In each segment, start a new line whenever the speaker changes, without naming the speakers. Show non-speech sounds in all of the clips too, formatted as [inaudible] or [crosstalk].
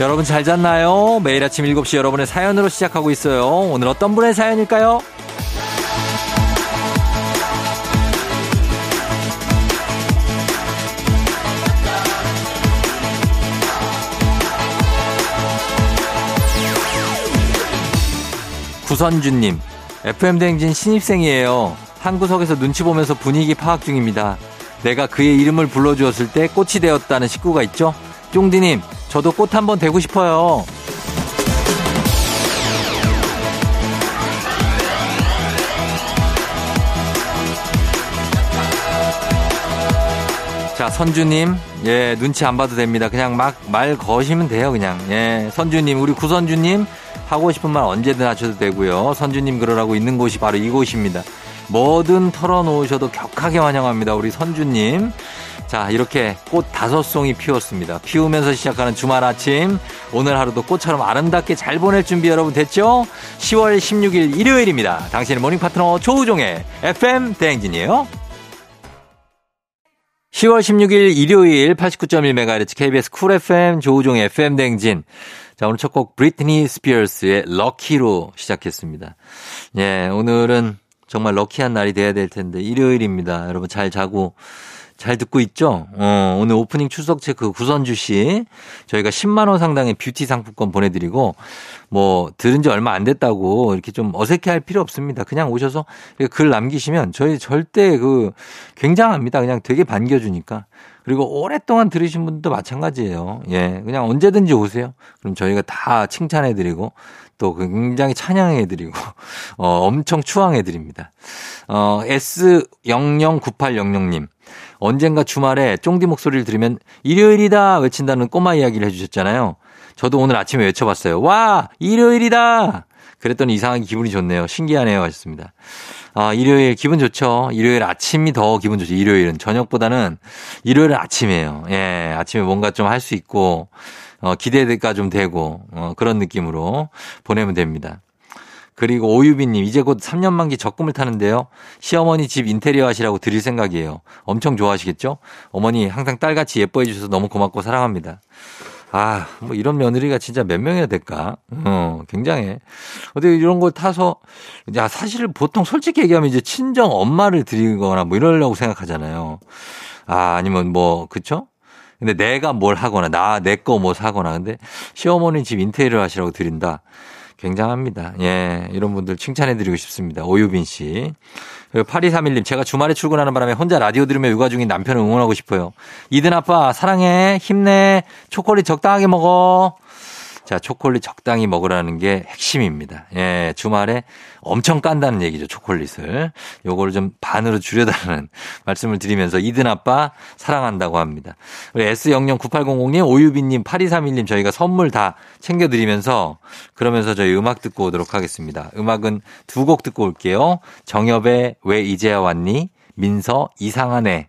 여러분 잘 잤나요? 매일 아침 7시 여러분의 사연으로 시작하고 있어요. 오늘 어떤 분의 사연일까요? 9선주님, FM대행진 신입생이에요. 한 구석에서 눈치 보면서 분위기 파악 중입니다. 내가 그의 이름을 불러주었을 때 꽃이 되었다는 식구가 있죠? 쫑디님, 저도 꽃 한 번 되고 싶어요. 자, 선주님, 예, 눈치 안 봐도 됩니다. 그냥 막 말 거시면 돼요, 그냥. 예, 선주님, 우리 구선주님, 하고 싶은 말 언제든 하셔도 되고요. 선주님 그러라고 있는 곳이 바로 이곳입니다. 뭐든 털어놓으셔도 격하게 환영합니다. 우리 선주님. 자, 이렇게 꽃 다섯 송이 피웠습니다. 피우면서 시작하는 주말 아침. 오늘 하루도 꽃처럼 아름답게 잘 보낼 준비 여러분 됐죠? 10월 16일 일요일입니다. 당신의 모닝 파트너 조우종의 FM 대행진이에요. 10월 16일 일요일 89.1MHz KBS 쿨 FM 조우종의 FM 댕진. 자, 오늘 첫 곡 브리트니 스피어스의 럭키로 시작했습니다. 예, 오늘은 정말 럭키한 날이 돼야 될 텐데 일요일입니다. 여러분 잘 자고 잘 듣고 있죠? 어, 오늘 오프닝 출석 체크 그 구선주 씨 저희가 10만 원 상당의 뷰티 상품권 보내 드리고 뭐 들은 지 얼마 안 됐다고 이렇게 좀 어색해 할 필요 없습니다. 그냥 오셔서 글 남기시면 저희 절대 그 굉장합니다. 그냥 되게 반겨 주니까. 그리고 오랫동안 들으신 분도 마찬가지예요. 예. 그냥 언제든지 오세요. 그럼 저희가 다 칭찬해 드리고 또 굉장히 찬양해 드리고 [laughs] 어 엄청 추앙해 드립니다. 어 S009800님 언젠가 주말에 쫑디 목소리를 들으면 일요일이다 외친다는 꼬마 이야기를 해주셨잖아요. 저도 오늘 아침에 외쳐봤어요. 와! 일요일이다! 그랬더니 이상하게 기분이 좋네요. 신기하네요. 하셨습니다. 아, 일요일 기분 좋죠. 일요일 아침이 더 기분 좋죠. 일요일은. 저녁보다는 일요일은 아침이에요. 예, 아침에 뭔가 좀 할 수 있고, 어, 기대가 좀 되고, 어, 그런 느낌으로 보내면 됩니다. 그리고 오유빈님 이제 곧 3년 만기 적금을 타는데요. 시어머니 집 인테리어 하시라고 드릴 생각이에요. 엄청 좋아하시겠죠? 어머니 항상 딸같이 예뻐해 주셔서 너무 고맙고 사랑합니다. 아, 뭐 이런 며느리가 진짜 몇 명이나 될까? 어, 굉장해. 어떻게 이런 걸 타서, 야, 사실 보통 솔직히 얘기하면 이제 친정 엄마를 드리거나 뭐 이러려고 생각하잖아요. 아, 아니면 뭐, 그쵸? 근데 내가 뭘 하거나, 나, 내 거 뭐 사거나. 근데 시어머니 집 인테리어 하시라고 드린다. 굉장합니다. 예, 이런 분들 칭찬해드리고 싶습니다. 오유빈 씨. 그리고 8231님, 제가 주말에 출근하는 바람에 혼자 라디오 들으며 육아 중인 남편을 응원하고 싶어요. 이든 아빠, 사랑해, 힘내, 초콜릿 적당하게 먹어. 자, 초콜릿 적당히 먹으라는 게 핵심입니다. 예, 주말에 엄청 깐다는 얘기죠, 초콜릿을. 요거를 좀 반으로 줄여달라는 [laughs] 말씀을 드리면서 이든 아빠 사랑한다고 합니다. 우리 S009800님, 오유빈님, 8231님 저희가 선물 다 챙겨드리면서 그러면서 저희 음악 듣고 오도록 하겠습니다. 음악은 두 곡 듣고 올게요. 정엽의 왜 이제야 왔니? 민서 이상한의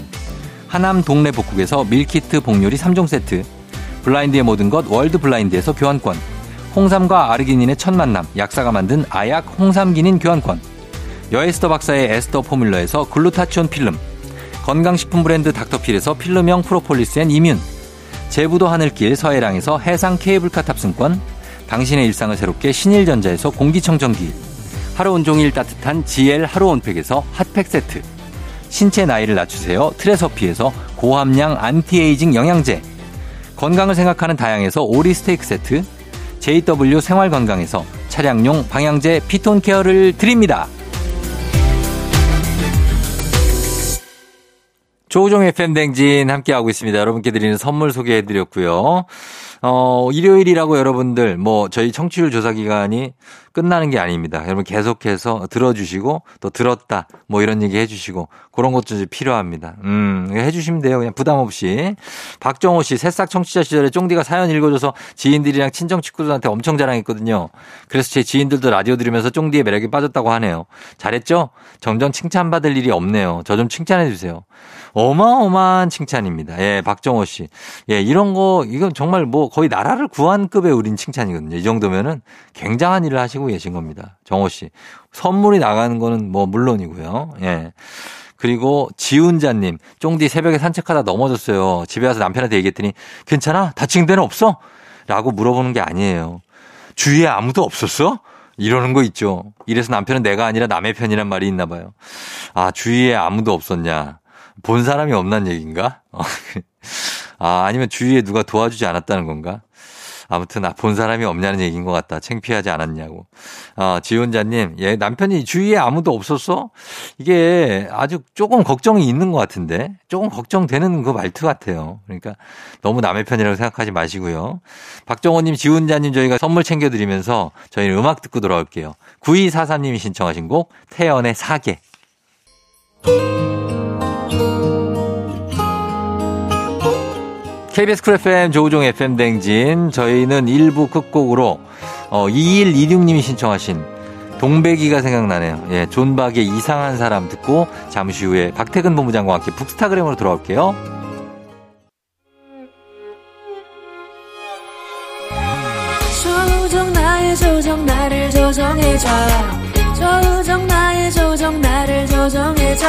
하남 동네 복국에서 밀키트 복요리 3종 세트 블라인드의 모든 것 월드 블라인드에서 교환권 홍삼과 아르기닌의 첫 만남 약사가 만든 아약 홍삼기닌 교환권 여에스터 박사의 에스터 포뮬러에서 글루타치온 필름 건강식품 브랜드 닥터필에서 필름형 프로폴리스 앤 이뮨 제부도 하늘길 서해랑에서 해상 케이블카 탑승권 당신의 일상을 새롭게 신일전자에서 공기청정기 하루 온종일 따뜻한 GL 하루 온팩에서 핫팩 세트 신체 나이를 낮추세요. 트레서피에서 고함량 안티에이징 영양제. 건강을 생각하는 다양에서 오리 스테이크 세트, JW 생활건강에서 차량용 방향제 피톤 케어를 드립니다. 조우종 FM 댕진 함께하고 있습니다. 여러분께 드리는 선물 소개해드렸고요. 어, 일요일이라고 여러분들, 뭐, 저희 청취율 조사 기간이 끝나는 게 아닙니다. 여러분 계속해서 들어주시고, 또 들었다, 뭐 이런 얘기 해주시고, 그런 것도 이제 필요합니다. 음, 해주시면 돼요. 그냥 부담 없이. 박정호 씨, 새싹 청취자 시절에 쫑디가 사연 읽어줘서 지인들이랑 친정 친구들한테 엄청 자랑했거든요. 그래서 제 지인들도 라디오 들으면서 쫑디의 매력에 빠졌다고 하네요. 잘했죠? 점점 칭찬받을 일이 없네요. 저 좀 칭찬해주세요. 어마어마한 칭찬입니다. 예, 박정호 씨. 예, 이런 거, 이건 정말 뭐 거의 나라를 구한 급의 우린 칭찬이거든요. 이 정도면은 굉장한 일을 하시고 계신 겁니다. 정호 씨. 선물이 나가는 거는 뭐 물론이고요. 예. 그리고 지훈자님, 쫑디 새벽에 산책하다 넘어졌어요. 집에 와서 남편한테 얘기했더니 괜찮아? 다친 데는 없어? 라고 물어보는 게 아니에요. 주위에 아무도 없었어? 이러는 거 있죠. 이래서 남편은 내가 아니라 남의 편이란 말이 있나 봐요. 아, 주위에 아무도 없었냐. 본 사람이 없난 얘기인가? [laughs] 아, 아니면 주위에 누가 도와주지 않았다는 건가? 아무튼 아, 본 사람이 없냐는 얘기인 것 같다. 창피하지 않았냐고. 아, 지원자님, 예, 남편이 주위에 아무도 없었어? 이게 아주 조금 걱정이 있는 것 같은데, 조금 걱정되는 그 말투 같아요. 그러니까 너무 남의 편이라고 생각하지 마시고요. 박정호님, 지원자님 저희가 선물 챙겨드리면서 저희는 음악 듣고 돌아올게요. 9243님이 신청하신 곡 태연의 사계. KBS 쿨 FM 조우종 FM 댕진 저희는 1부 끝곡으로 어, 2126님이 신청하신 동백이가 생각나네요. 예, 존박의 이상한 사람 듣고 잠시 후에 박태근 본부장과 함께 북스타그램으로 돌아올게요.
조정 나의 조정 나를 조정해줘 조정 나의 조정 나를 조정해줘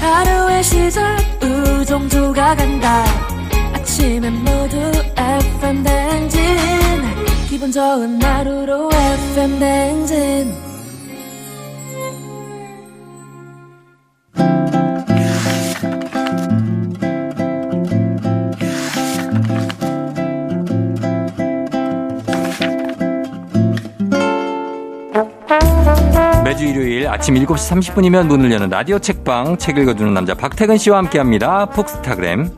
하루의 시절 우정조가 간다 아침엔 모두 FM 댕진 기분 좋은 하루로 FM 댕진
매주 일요일 아침 7시 30분이면 문을 여는 라디오 책방 책 읽어주는 남자 박태근 씨와 함께합니다. 북스타그램.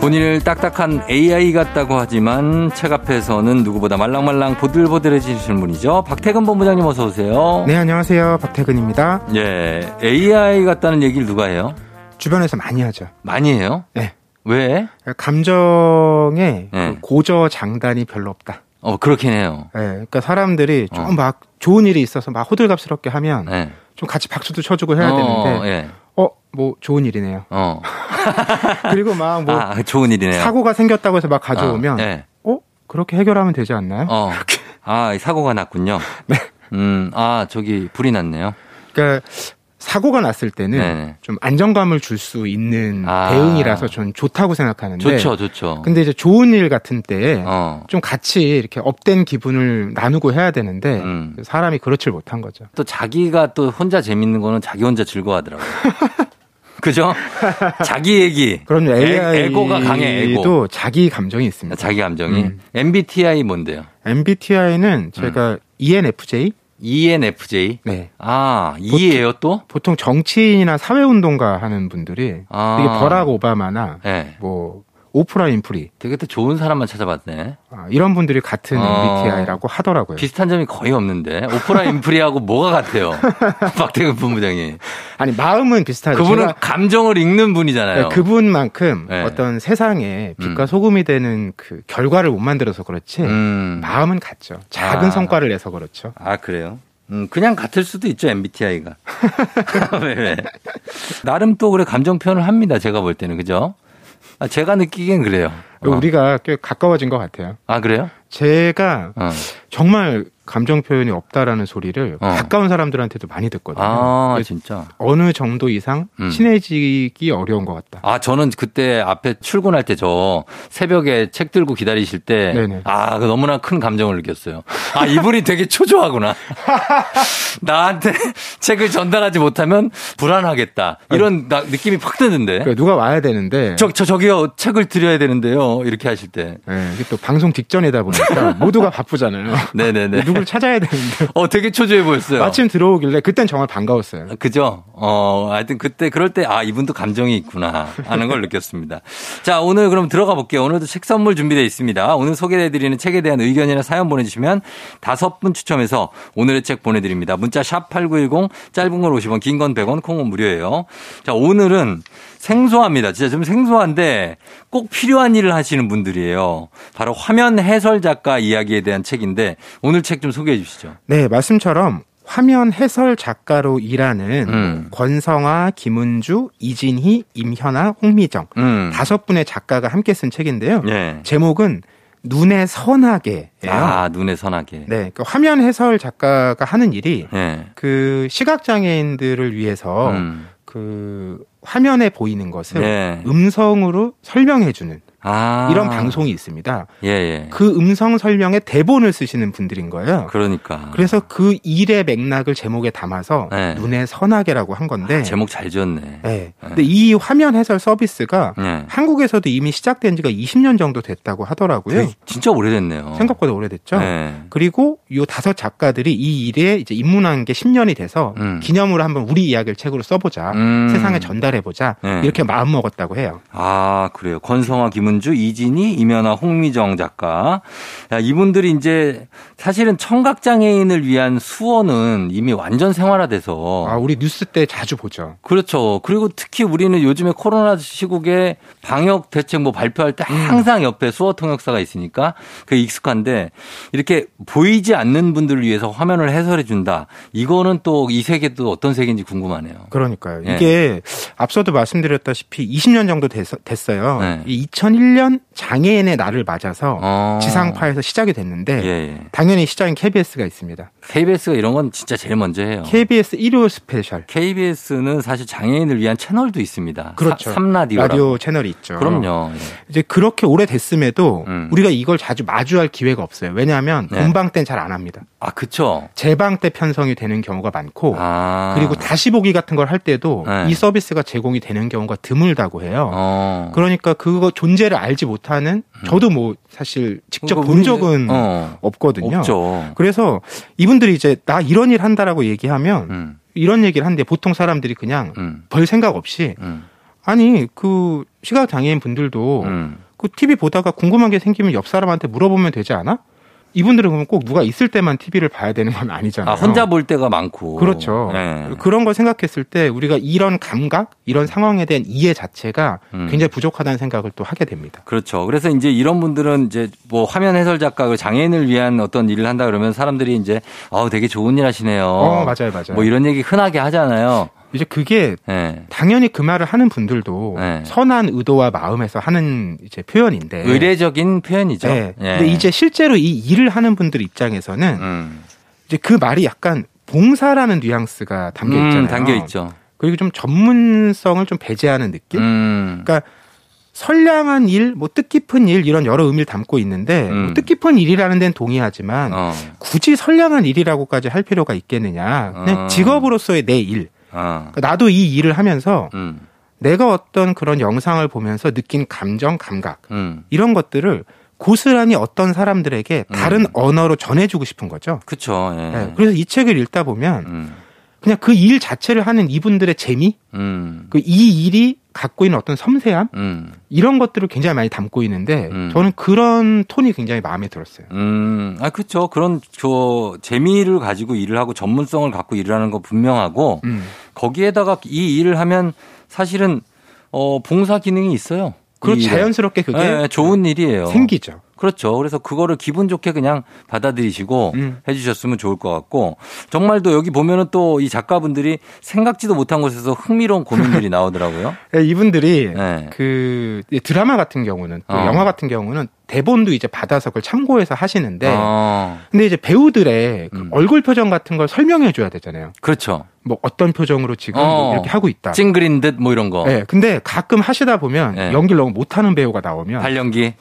본인을 딱딱한 AI 같다고 하지만 책 앞에서는 누구보다 말랑말랑 보들보들해지시는 분이죠. 박태근 본부장님 어서 오세요.
네, 안녕하세요. 박태근입니다.
예, AI 같다는 얘기를 누가 해요?
주변에서 많이 하죠.
많이 해요?
네.
왜? 네.
감정에 그 고저 장단이 별로 없다.
어, 그렇긴 해요.
예, 그러니까 사람들이
어.
좀 막 좋은 일이 있어서 막 호들갑스럽게 하면
네.
좀 같이 박수도 쳐주고 해야
어,
되는데,
예.
어, 뭐 좋은 일이네요.
어.
그리고 막 뭐
[laughs] 아, 좋은 일이네요.
사고가 생겼다고 해서 막 가져오면,
아, 예.
어, 그렇게 해결하면 되지 않나요?
어. 아, 사고가 났군요.
[laughs] 네.
음, 아, 저기 불이 났네요.
그러니까 사고가 났을 때는
네네.
좀 안정감을 줄 수 있는
아.
대응이라서 전 좋다고 생각하는데,
좋죠, 좋죠.
네. 근데 이제 좋은 일 같은 때에
어.
좀 같이 이렇게 업된 기분을 나누고 해야 되는데
음.
사람이 그렇질 못한 거죠.
또 자기가 또 혼자 재밌는 거는 자기 혼자 즐거워하더라고요. [laughs] 그죠? 자기 얘기.
그럼요.
애- 애고가 강해, 애고.
AI도 자기 감정이 있습니다.
자기 감정이.
음.
MBTI 뭔데요?
MBTI는
음.
제가 E ENFJ.
E ENFJ.
네.
아, E예요 또?
보통 정치인이나 사회운동가 하는 분들이
아.
되게 버락 오바마나
예.
뭐 오프라 인프리
되게 또 좋은 사람만 찾아봤네.
아, 이런 분들이 같은
어.
MBTI라고 하더라고요.
네. 비슷한 점이 거의 없는데. 오프라 인프리하고 [laughs] 뭐가 같아요? 박태근 본부장이.
아니 마음은 비슷하죠.
그분은
제가
감정을 읽는 분이잖아요.
네, 그분만큼
네.
어떤 세상에 빛과
음.
소금이 되는 그 결과를 못 만들어서 그렇지
음.
마음은 같죠. 작은
아.
성과를 내서 그렇죠.
아, 그래요? 음, 그냥 같을 수도 있죠,
[laughs]
MBTI가. [laughs] 왜, 왜. 나름 또 그래 감정 표현을 합니다, 제가 볼 때는. 그죠? 아, 제가 느끼기엔 그래요. 어.
우리가 꽤 가까워진 것 같아요.
아, 그래요?
제가
어.
정말 감정 표현이 없다라는 소리를
어.
가까운 사람들한테도 많이 듣거든요. 네.
아,
그래서
진짜.
어느 정도 이상
음.
친해지기 어려운 것 같다.
아, 저는 그때 앞에 출근할 때 저 새벽에 책 들고 기다리실 때
네네.
아, 그 너무나 큰 감정을 느꼈어요. 아, 이분이 되게
[laughs]
초조하구나. 나한테 책을 전달하지 못하면 불안하겠다. 이런 나- 느낌이 확 드는데.
네. 그러니까 누가 와야 되는데
네? 저, 저, 저기요, 책을 드려야 되는데요. 이렇게 하실 때.
예, 이게 또 방송 직전이다
[laughs]
보니까 모두가 바쁘잖아요.
네네네.
누굴 찾아야 되는데
어, 되게 초조해 보였어요.
마침 들어오길래 그땐 정말 반가웠어요.
그죠? 어, 하여튼 그때, 그럴 때, 아, 이분도 감정이 있구나. 하는 걸 느꼈습니다. 자, 오늘 그럼 들어가 볼게요. 오늘도 책 선물 준비되어 있습니다. 오늘 소개해드리는 책에 대한 의견이나 사연 보내주시면 다섯 분 추첨해서 오늘의 책 보내드립니다. 문자 샵 8910, 짧은 걸 50원, 긴 건 100원, 콩은 무료예요. 자, 오늘은 생소합니다. 진짜 좀 생소한데 꼭 필요한 일을 하시는 분들이에요. 바로 화면 해설 작가 이야기에 대한 책인데 오늘 책 좀 소개해 주시죠.
네, 말씀처럼 화면 해설 작가로 일하는
음.
권성아, 김은주, 이진희, 임현아, 홍미정
음.
다섯 분의 작가가 함께 쓴 책인데요.
예.
제목은 눈에 선하게예요.
아, 눈에 선하게.
네, 그 화면 해설 작가가 하는 일이
예.
그 시각 장애인들을 위해서
음.
그 화면에 보이는 것을
예.
음성으로 설명해주는
아.
이런 방송이 있습니다.
예, 예.
그 음성 설명의 대본을 쓰시는 분들인 거예요.
그, 러니까
그래서 그 일의 맥락을 제목에 담아서
네. 아,
눈에 선하게라고 한 건데.
제목 잘 지었네.
네. 근데 이 화면 해설 서비스가
예.
한국에서도 이미 시작된 지가 20년 정도 됐다고 하더라고요.
되게 진짜 오래됐네요.
생각보다 오래됐죠.
예.
그리고 요 다섯 작가들이 이 일에 이제 입문한 게 10년이 돼서
음.
기념으로 한번 우리 이야기를 책으로 써보자.
음.
아, 세상에 전달해보자.
네.
이렇게 마음 먹었다고 해요.
아, 그래요. 권성화, 김은주, 이진희, 임현아, 홍미정 작가. 야, 이분들이 이제 사실은 청각장애인을 위한 수어는 이미 완전 생활화돼서
아, 우리 뉴스 때 자주 보죠.
그렇죠. 그리고 특히 우리는 요즘에 코로나 시국에 방역 대책 뭐 발표할
음.
때 항상 옆에 수어 통역사가 있으니까 그게 익숙한데 이렇게 보이지 않는 분들을 위해서 화면을 해설해 준다. 이거는 또 이 세계도 어떤 세계인지 궁금하네요.
그러니까요.
예.
이게 앞서도 말씀드렸다시피 20년 정도 됐어, 요
네.
이 2001년 장애인의 날을 맞아서
어.
지상파에서 시작이 됐는데
예, 예.
당연히 시작인 KBS가 있습니다.
KBS가 이런 건 진짜 제일 먼저 해요.
KBS 일요 스페셜
KBS는 사실 장애인을 위한 채널도 있습니다.
그렇죠.
삼라디오.
라디오 어. 채널이 있죠.
그럼요. 예.
이제 그렇게 오래 됐음에도
음.
우리가 이걸 자주 마주할 기회가 없어요. 왜냐하면
네.
본방 땐 잘 안 합니다.
아, 그쵸.
재방 때 편성이 되는 경우가 많고
아.
그리고 다시 보기 같은 걸 할 때도
네.
이 서비스가 제공이 되는 경우가 드물다고 해요.
어. 음.
그러니까 그거 존재를 알지 못하는 저도 뭐 사실 직접
그러니까
본
우리-
적은
어.
없거든요.
없죠.
그래서 이분들이 이제 나 이런 일 한다라고 얘기하면
음.
이런 얘기를 하는데 보통 사람들이 그냥
음.
별 생각 없이
음.
아니 그 시각 장애인 분들도
음.
그 TV 보다가 궁금한 게 생기면 옆 사람한테 물어보면 되지 않아? 이분들은 그러면 꼭 누가 있을 때만 TV를 봐야 되는 건
아,
아니잖아요.
혼자 볼 때가 많고.
어. 그렇죠.
네.
그런 걸 생각했을 때 우리가 이런 감각, 이런 상황에 대한 이해 자체가
음.
굉장히 부족하다는 생각을 또 하게 됩니다.
그렇죠. 그래서 이제 이런 분들은 이제 뭐 화면 해설 작가 그 장애인을 위한 어떤 일을 한다 그러면 사람들이 이제 아우 되게 좋은 일 하시네요.
어, 맞아요, 맞아요.
뭐 이런 얘기 흔하게 하잖아요.
이제 그게
예.
당연히 그 말을 하는 분들도
네.
선한 의도와 마음에서 하는 이제 표현인데.
의례적인 표현이죠.
네.
예.
근데 이제 실제로 이 일을 하는 분들 입장에서는
음.
이제 그 말이 약간 봉사라는 뉘앙스가 담겨
음,
있잖아요.
담겨 있죠.
그리고 좀 전문성을 좀 배제하는 느낌?
음.
그러니까 선량한 일, 뭐 뜻깊은 일 이런 여러 의미를 담고 있는데
음.
뭐 뜻깊은 일이라는 데는 동의하지만
어.
굳이 선량한 일이라고까지 할 필요가 있겠느냐? 그냥
어.
직업으로서의 내 일.
어.
그러니까 나도 이 일을 하면서
음.
내가 어떤 그런 영상을 보면서 느낀 감정, 감각
음.
이런 것들을 고스란히 어떤 사람들에게 다른 언어로 전해주고 싶은 거죠.
그렇죠. 예.
네, 그래서 이 책을 읽다 보면
음.
그냥 그 일 자체를 하는 이분들의 재미,
음.
그 이 일이 갖고 있는 어떤 섬세함
음.
이런 것들을 굉장히 많이 담고 있는데
음.
저는 그런 톤이 굉장히 마음에 들었어요.
음, 아, 그렇죠. 그런 저 재미를 가지고 일을 하고 전문성을 갖고 일을 하는 거 분명하고
음.
거기에다가 이 일을 하면 사실은 어 봉사 기능이 있어요.
그리고
이 일에.
그렇죠. 자연스럽게 그게
예, 예, 좋은 일이에요.
생기죠.
그렇죠. 그래서 그거를 기분 좋게 그냥 받아들이시고
음.
해주셨으면 좋을 것 같고 정말 또 여기 보면은 또 이 작가분들이 생각지도 못한 곳에서 흥미로운 고민들이
[laughs]
나오더라고요.
예, 이분들이
네.
그 드라마 같은 경우는 또
어.
영화 같은 경우는 대본도 이제 받아서 그걸 참고해서 하시는데
어,
근데 이제 배우들의 그
음.
얼굴 표정 같은 걸 설명해 줘야 되잖아요.
그렇죠.
뭐 어떤 표정으로 지금
어.
뭐 이렇게 하고 있다.
찡그린 듯 뭐 이런 거.
예, 근데 가끔 하시다 보면
네.
연기를 너무 못하는 배우가 나오면
발연기.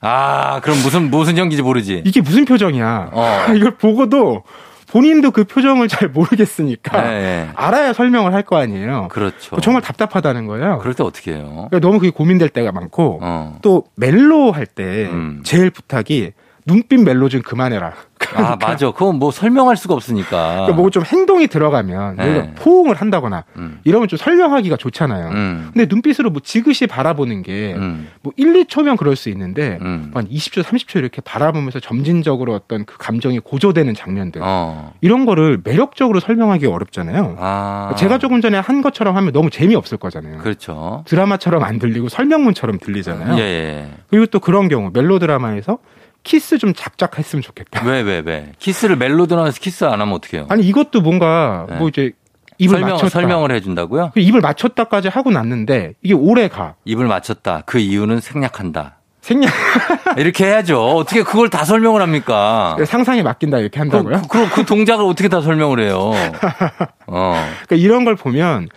아, 그럼 무슨 무슨 연기인지 모르지.
이게 무슨 표정이야.
어.
[laughs] 이걸 보고도 본인도 그 표정을 잘 모르겠으니까
예, 예.
알아야 설명을 할 거 아니에요.
그렇죠. 아,
정말 답답하다는 거예요.
그럴 때 어떻게 해요?
그러니까 너무 그게 고민될 때가 많고
어.
또 멜로 할 때
음.
제일 부탁이 눈빛 멜로 좀 그만해라.
아, 맞아. 그건 뭐 설명할 수가 없으니까.
그러니까 뭐좀 행동이 들어가면
네.
예를 들어 포옹을 한다거나
음.
이러면 좀 설명하기가 좋잖아요.
음.
근데 눈빛으로 뭐 지그시 바라보는 게 뭐
음.
1, 2초면 그럴 수 있는데
음.
한 20초, 30초 이렇게 바라보면서 점진적으로 어떤 그 감정이 고조되는 장면들
어.
이런 거를 매력적으로 설명하기 어렵잖아요. 그러니까
아.
제가 조금 전에 한 것처럼 하면 너무 재미없을 거잖아요.
그렇죠.
드라마처럼 안 들리고 설명문처럼 들리잖아요.
예, 예.
그리고 또 그런 경우 멜로 드라마에서 키스 좀 작작했으면 좋겠다.
왜, 왜, 왜? 키스를 멜로드라면서 키스 안 하면 어떡해요?
아니 이것도 뭔가
네.
뭐 이제 입을
설명,
맞췄다.
설명을 해준다고요?
그 입을 맞췄다까지 하고 났는데 이게 오래 가.
입을 맞췄다. 그 이유는 생략한다.
생략
이렇게 해야죠. 어떻게 그걸 다 설명을 합니까?
[laughs] 상상에 맡긴다 이렇게
아. 그럼,
한다고요?
그- 그럼 그 동작을 어떻게 다 설명을
[laughs]
해요? 어.
그러니까 이런 걸 보면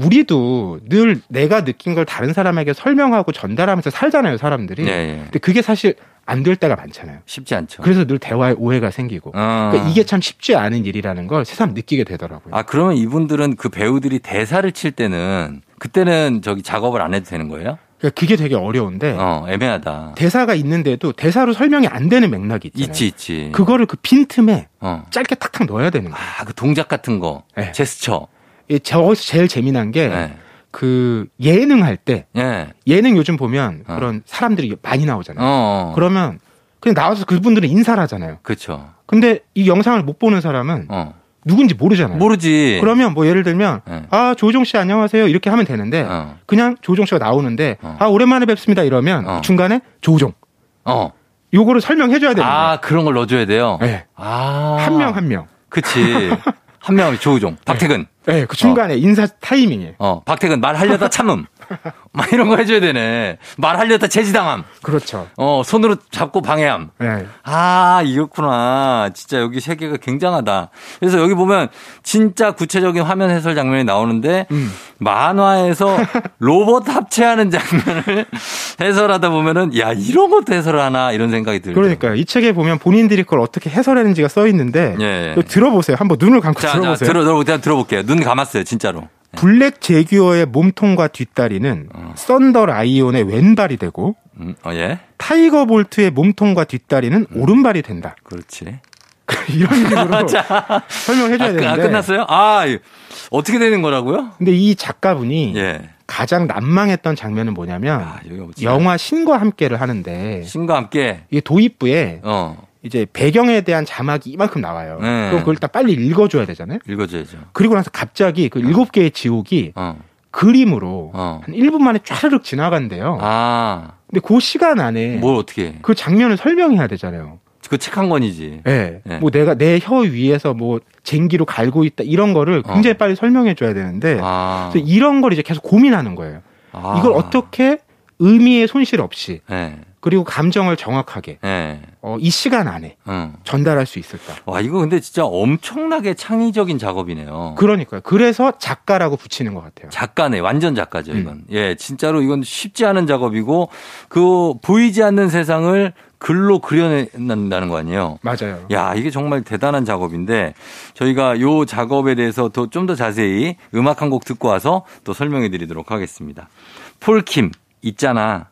우리도 늘 내가 느낀 걸 다른 사람에게 설명하고 전달하면서 살잖아요, 사람들이.
예, 예.
근데 그게 사실 안 될 때가 많잖아요.
쉽지 않죠.
그래서 늘 대화에 오해가 생기고.
어.
그러니까 이게 참 쉽지 않은 일이라는 걸 새삼 느끼게 되더라고요.
아, 그러면 이분들은 그 배우들이 대사를 칠 때는 그때는 저기 작업을 안 해도 되는 거예요?
그러니까 그게 되게 어려운데
어, 애매하다.
대사가 있는데도 대사로 설명이 안 되는 맥락이 있잖아요.
있지, 있지.
그거를 그 빈틈에
어.
짧게 탁탁 넣어야 되는 거예요.
아, 그 동작 같은 거.
네.
제스처.
이 저기서 제일
예.
재미난 게 그 예능 할 때
예.
예능 요즘 보면
어.
그런 사람들이 많이 나오잖아요.
어. 어.
그러면 그냥 나와서 그분들은 인사를 하잖아요.
그렇죠.
근데 이 영상을 못 보는 사람은
어.
누군지 모르잖아요.
모르지.
네. 그러면 뭐 예를 들면
네.
아 조종 씨 안녕하세요 이렇게 하면 되는데
어.
그냥 조종 씨가 나오는데
어.
아 오랜만에 뵙습니다 이러면
어.
중간에 조종
어.
요거를 설명해 줘야 되는 거예요.
아, 그런 걸 넣어 줘야 돼요.
네.
아.
한 명 한 명.
그치. 한 명, 조우종. 박태근.
예, 그 중간에 인사 타이밍에
어, 박태근 말하려다
[laughs]
참음. 막 이런 거 해줘야 되네. 말하려다 제지당함.
그렇죠.
어, 손으로 잡고 방해함.
예.
아, 이렇구나. 진짜 여기 세계가 굉장하다. 그래서 여기 보면 진짜 구체적인 화면 해설 장면이 나오는데
음. [laughs]
만화에서 로봇 합체하는 장면을 해설하다 보면은 야, 이런 것도 해설을 하나 이런 생각이 들죠.
그러니까 이 책에 보면 본인들이 그걸 어떻게 해설했는지가 써 있는데
예, 예.
이거 들어보세요. 한번 눈을 감고
자, 자,
들어보세요.
들어, 들어, 일단 들어볼게요. 눈 감았어요, 진짜로.
네. 블랙 제규어의 몸통과 뒷다리는
어.
썬더 라이온의 왼발이 되고
음, 어, 예.
타이거 볼트의 몸통과 뒷다리는
음.
오른발이 된다. [laughs]
그렇지. [laughs]
이런 식으로 설명해
아,
줘야
끝- 아,
되는데.
끝났어요? 아, 이- 어떻게 되는 거라고요?
근데 이 작가분이
예.
가장 난망했던 장면은 뭐냐면
아, 여기 없지.
영화 신과 함께를 하는데
신과 함께,
이게 도입부에
어,
이제 배경에 대한 자막이 이만큼 나와요.
네.
그럼 그걸 딱 빨리 읽어줘야 되잖아요.
읽어줘야죠.
그리고 나서 갑자기 그 일곱 개의 지옥이
어,
그림으로
아. 어.
한 1분 만에 쫘르륵 지나간대요.
아,
근데 그 시간 안에
뭘 어떻게 해.
그 장면을 설명해야 되잖아요.
그 책 한 권이지.
예.
네.
뭐 내가 내 혀 위에서 뭐 쟁기로 갈고 있다 이런 거를 굉장히 빨리 설명해 줘야
어.
되는데
아,
그래서 네. 이런 걸 이제 계속 고민하는 거예요.
아.
이걸 어떻게 의미의 손실 없이
예,
그리고 감정을 정확하게
예,
어, 이 시간 안에
응.
전달할 수 있을까?
와, 이거 근데 진짜 엄청나게 창의적인 작업이네요.
그러니까요. 그래서 작가라고 붙이는 것 같아요.
작가네, 완전 작가죠,
음.
이건. 예, 진짜로 이건 쉽지 않은 작업이고, 그, 보이지 않는 세상을 글로 그려낸다는 거 아니에요?
맞아요.
야, 이게 정말 대단한 작업인데 저희가 요 작업에 대해서 더 좀 더 자세히 음악 한 곡 듣고 와서 또 설명해 드리도록 하겠습니다. 폴킴 있잖아.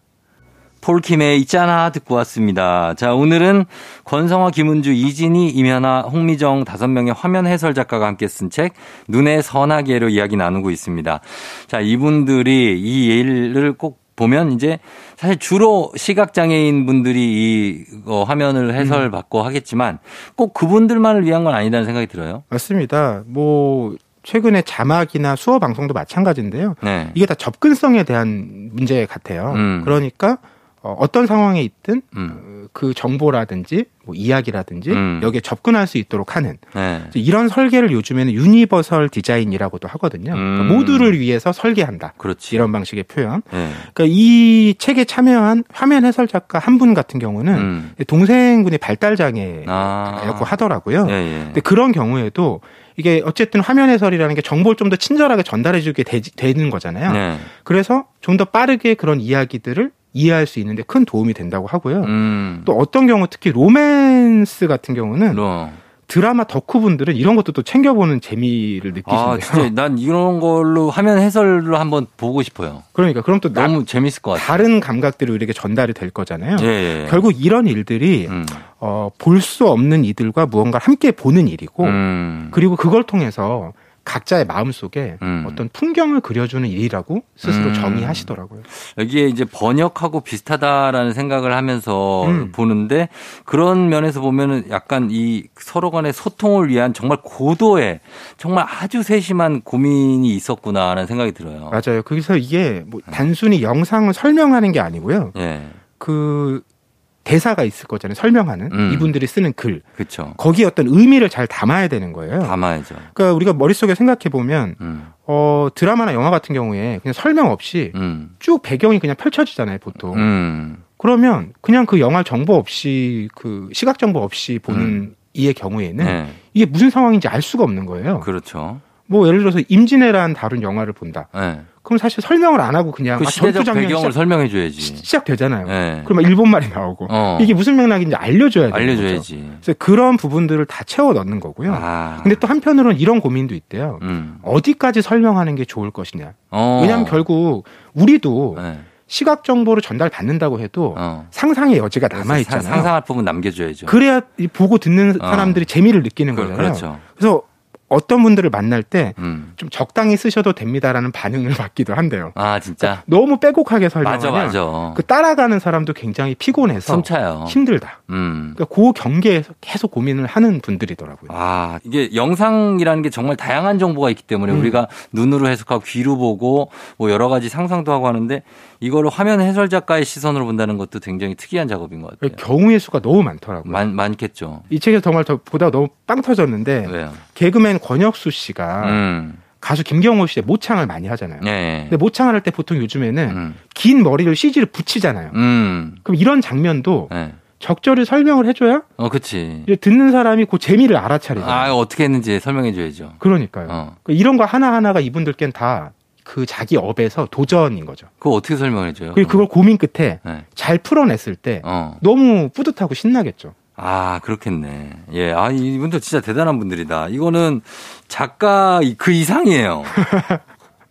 폴킴의 있잖아 듣고 왔습니다. 자, 오늘은 권성화, 김은주, 이진희, 임현아, 홍미정 다섯 명의 화면 해설 작가가 함께 쓴 책 눈의 선하게로 이야기 나누고 있습니다. 자, 이분들이 이 일을 꼭 보면 이제 사실 주로 시각장애인 분들이 이 어, 화면을 해설받고 하겠지만 꼭 그분들만을 위한 건 아니다는 생각이 들어요.
맞습니다. 뭐 최근에 자막이나 수어 방송도 마찬가지인데요.
네.
이게 다 접근성에 대한 문제 같아요.
음.
그러니까 어, 어떤 상황에 있든
음.
그 정보라든지 뭐 이야기라든지
음.
여기에 접근할 수 있도록 하는
네.
그래서 이런 설계를 요즘에는 유니버설 디자인이라고도 하거든요. 그러니까
음.
모두를 위해서 설계한다.
그렇지.
이런 방식의 표현.
네.
그러니까 이 책에 참여한 화면 해설 작가 한 분 같은 경우는
음.
동생분이 발달 장애였고
아.
하더라고요.
예, 예.
근데 그런 경우에도 이게 어쨌든 화면 해설이라는 게 정보를 좀 더 친절하게 전달해주게 되, 는 거잖아요.
네.
그래서 좀 더 빠르게 그런 이야기들을 이해할 수 있는데 큰 도움이 된다고 하고요.
음.
또 어떤 경우 특히 로맨스 같은 경우는
또
드라마 덕후분들은 이런 것도 또 챙겨보는 재미를
아,
느끼신대요.
진짜 난 이런 걸로 화면 해설로 한번 보고 싶어요.
[laughs] 그러니까 그럼 또 나-
너무 재밌을 것 같아요.
다른 감각들이 우리에게 전달이 될 거잖아요.
예, 예.
결국 이런 일들이
음.
어, 볼 수 없는 이들과 무언가를 함께 보는 일이고
음.
그리고 그걸 통해서 각자의 마음속에
음.
그 어떤 풍경을 그려주는 일이라고 스스로
음.
정의하시더라고요.
여기에 이제 번역하고 비슷하다라는 생각을 하면서
음.
보는데 그런 면에서 보면은 약간 이 서로 간의 소통을 위한 정말 고도의 정말 아주 세심한 고민이 있었구나라는 생각이 들어요. 음.
맞아요. 그래서 이게 뭐 단순히 영상을 설명하는 게 아니고요.
예.
그 대사가 있을 거잖아요. 설명하는
음.
이분들이 쓰는 글
그렇죠.
거기에 어떤 의미를 잘 담아야 되는 거예요.
담아야죠.
그러니까 우리가 머릿속에 생각해 보면
음.
어, 드라마나 영화 같은 경우에 그냥 설명 없이
음.
쭉 배경이 그냥 펼쳐지잖아요, 보통.
음.
그러면 그냥 그 영화 정보 없이 그 시각 정보 없이 보는 이의 경우에는
음. 네.
이게 무슨 상황인지 알 수가 없는 거예요.
그렇죠.
뭐 예를 들어서 임진왜란 다룬 영화를 본다.
예.
그럼 사실 설명을 안 하고 그냥
그
아,
시대적
전투 장면이
배경을
시작,
설명해 줘야지.
되잖아요
예.
그러면 일본 말이 나오고
어.
이게 무슨 맥락인지 알려줘야 되는 거죠.
알려줘야지.
그래서 그런 부분들을 다 채워 넣는 거고요.
아.
근데 또 한편으로는 이런 고민도 있대요.
음.
어디까지 설명하는 게 좋을 것이냐.
어.
왜냐하면 결국 우리도
예.
시각 정보를 전달 받는다고 해도
어.
상상의 여지가 뭐 남아
상-
있잖아요.
상상할 부분 남겨줘야죠.
그래야 이 보고 듣는
어.
사람들이 재미를 느끼는
그-
거잖아요.
그렇죠.
그래서 어떤 분들을 만날 때 좀
음.
적당히 쓰셔도 됩니다라는 반응을 [laughs] 받기도 한대요.
아 진짜
너무 빼곡하게
맞아
설명하면
맞아
그 따라가는 사람도 굉장히 피곤해서
숨차요. 어.
힘들다.
음.
그러니까 그 경계에서 계속 고민을 하는 분들이더라고요.
아 이게 영상이라는 게 정말 다양한 정보가 있기 때문에
음.
우리가 눈으로 해석하고 귀로 보고 뭐 여러 가지 상상도 하고 하는데 이거를 화면 해설 작가의 시선으로 본다는 것도 굉장히 특이한 작업인 것 같아요.
그 경우의 수가 너무 많더라고요.
예. 많 많겠죠.
이 책에서 정말 저 보다 너무 빵 터졌는데
왜요?
개그맨 권혁수 씨가
네. 음.
가수 김경호 씨의 모창을 많이 하잖아요.
예, 예.
근데 모창을 할 때 보통 요즘에는
음.
긴 머리를 CG를 붙이잖아요.
음.
그럼 이런 장면도
예.
적절히 설명을 해줘야
어 그렇지.
이제 듣는 사람이 그 재미를 알아차리죠.
아 어떻게 했는지 설명해 줘야죠.
그러니까요.
어.
그 이런 거 하나하나가 이분들께는 다 그 자기 업에서 도전인 거죠.
그거 어떻게 설명해 줘요?
그리고 그걸 고민 끝에
예.
잘 풀어냈을 때
그러니까 어.
너무 뿌듯하고 신나겠죠.
아, 그렇겠네. 예. 아, 이분들 진짜 대단한 분들이다. 이거는 작가 이- 그 이상이에요.
[laughs]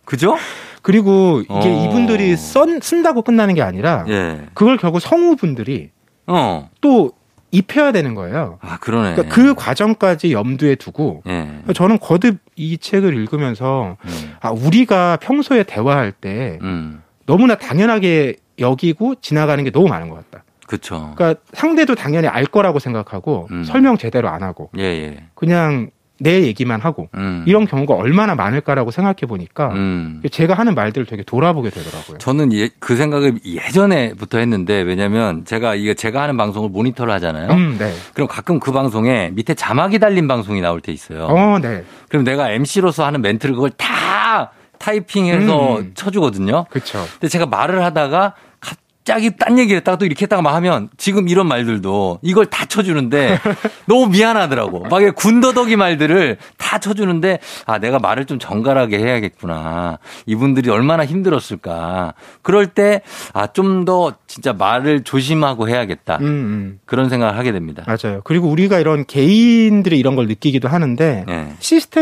그죠?
그리고 이게
어.
이분들이 썬, 쓴다고 끝나는 게 아니라
예.
그걸 결국 성우분들이
어.
또 입혀야 되는 거예요.
아, 그러네.
그러니까 그 과정까지 염두에 두고
예.
저는 거듭 이 책을 읽으면서
음.
아, 우리가 평소에 대화할 때
음.
너무나 당연하게 여기고 지나가는 게 너무 많은 것 같다.
그쵸.
그러니까 상대도 당연히 알 거라고 생각하고
음.
설명 제대로 안 하고
예, 예.
그냥 내 얘기만 하고
음.
이런 경우가 얼마나 많을까라고 생각해 보니까
음.
제가 하는 말들을 되게 돌아보게 되더라고요.
저는 예, 그 생각을 예전에부터 했는데 왜냐면 제가 이거 제가 하는 방송을 모니터를 하잖아요.
음, 네.
그럼 가끔 그 방송에 밑에 자막이 달린 방송이 나올 때 있어요.
어, 네.
그럼 내가 MC로서 하는 멘트를 그걸 다 타이핑해서
음.
쳐주거든요.
그렇죠.
근데 제가 말을 하다가 갑자기 딴 얘기를 했다가 또 이렇게 했다가 막 하면 지금 이런 말들도 이걸 다 쳐주는데 너무 미안하더라고. 막 이렇게 군더더기 말들을 다 쳐주는데 아, 내가 말을 좀 정갈하게 해야겠구나. 이분들이 얼마나 힘들었을까. 그럴 때 아, 좀 더 진짜 말을 조심하고 해야겠다.
음, 음.
그런 생각을 하게 됩니다.
맞아요. 그리고 우리가 이런 개인들의 이런 걸 느끼기도 하는데
네.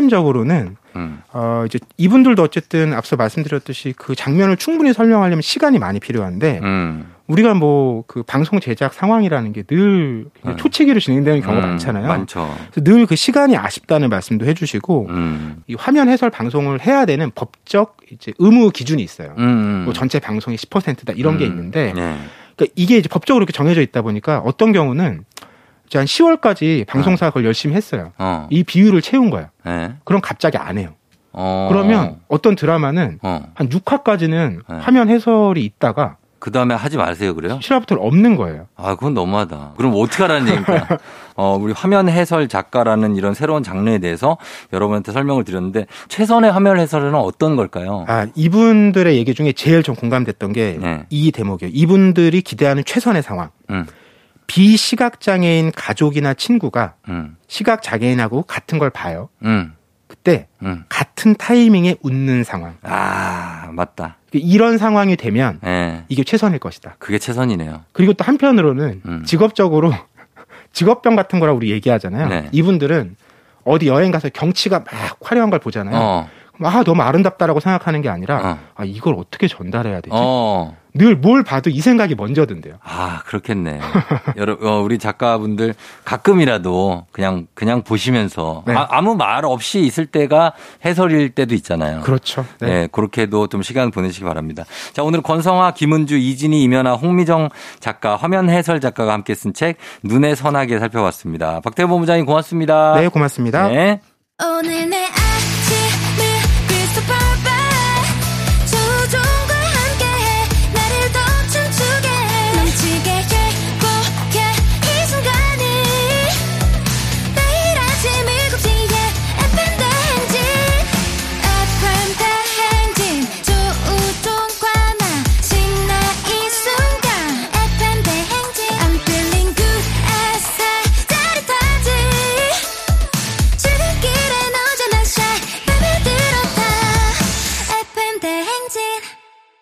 시스템적으로는
음.
어 이제 이분들도 어쨌든 앞서 말씀드렸듯이 그 장면을 충분히 설명하려면 시간이 많이 필요한데
음.
우리가 뭐 그 방송 제작 상황이라는 게 늘
음.
초치기로 진행되는 경우가
음,
많잖아요.
많죠.
늘 그 시간이 아쉽다는 말씀도 해주시고
음.
이 화면 해설 방송을 해야 되는 법적 이제 의무 기준이 있어요.
음.
뭐 전체 방송의 10%다 이런 게
음.
있는데
예.
그러니까 이게 이제 법적으로 이렇게 정해져 있다 보니까 어떤 경우는 이제 한 10월까지
아.
방송사가 그걸 열심히 했어요.
어.
이 비율을 채운 거야.
예.
그럼 갑자기 안 해요.
어.
그러면 어떤 드라마는
어.
한 6화까지는
네.
화면 해설이 있다가
그 다음에 하지 마세요 그래요?
실화부터는 없는 거예요.
아, 그건 너무하다. 그럼 어떡하라는
[laughs]
얘기입니까? 어, 우리 화면 해설 작가라는 이런 새로운 장르에 대해서 여러분한테 설명을 드렸는데 최선의 화면 해설은 어떤 걸까요?
아, 이분들의 얘기 중에 제일 좀 공감됐던 게 이
네.
대목이에요. 이분들이 기대하는 최선의 상황.
음,
비시각장애인 가족이나 친구가
음,
시각장애인하고 같은 걸 봐요.
음,
그때
음.
같은 타이밍에 웃는 상황. 그러니까
아, 맞다.
이런 상황이 되면
예.
이게 최선일 것이다.
그게 최선이네요.
그리고 또 한편으로는
음.
직업적으로 [laughs] 직업병 같은 거라 우리 얘기하잖아요.
네.
이분들은 어디 여행 가서 경치가 막 화려한 걸 보잖아요.
어,
그럼 아 너무 아름답다라고 생각하는 게 아니라
어.
아 이걸 어떻게 전달해야 되지?
어.
늘 뭘 봐도 이 생각이 먼저 든대요.
아, 그렇겠네. [laughs] 여러 어, 우리 작가분들 가끔이라도 그냥 그냥 보시면서
네.
아, 무말 없이 있을 때가 해설일 때도 있잖아요.
그렇죠.
네. 그렇게도 좀 시간 보내시기 바랍니다. 자, 오늘 권성화, 김은주, 이진희, 이면아, 홍미정 작가, 화면 해설 작가가 함께 쓴 책 눈의 선하게 살펴봤습니다. 박태호 본부장님 고맙습니다.
네, 고맙습니다.
네.
오늘 내 아침을 Crystal Purple 조종과 함께해 나를 더 춤추게 해 넘치게 행복해 이 순간이 매일 아침 7시에 FM 대행진 FM 대행진 조우종과 나 신나 이 순간 FM 대행진 I'm feeling good as I 짜릿하지 출근길에 너전한 샤이 맘에 들었다 FM 대행진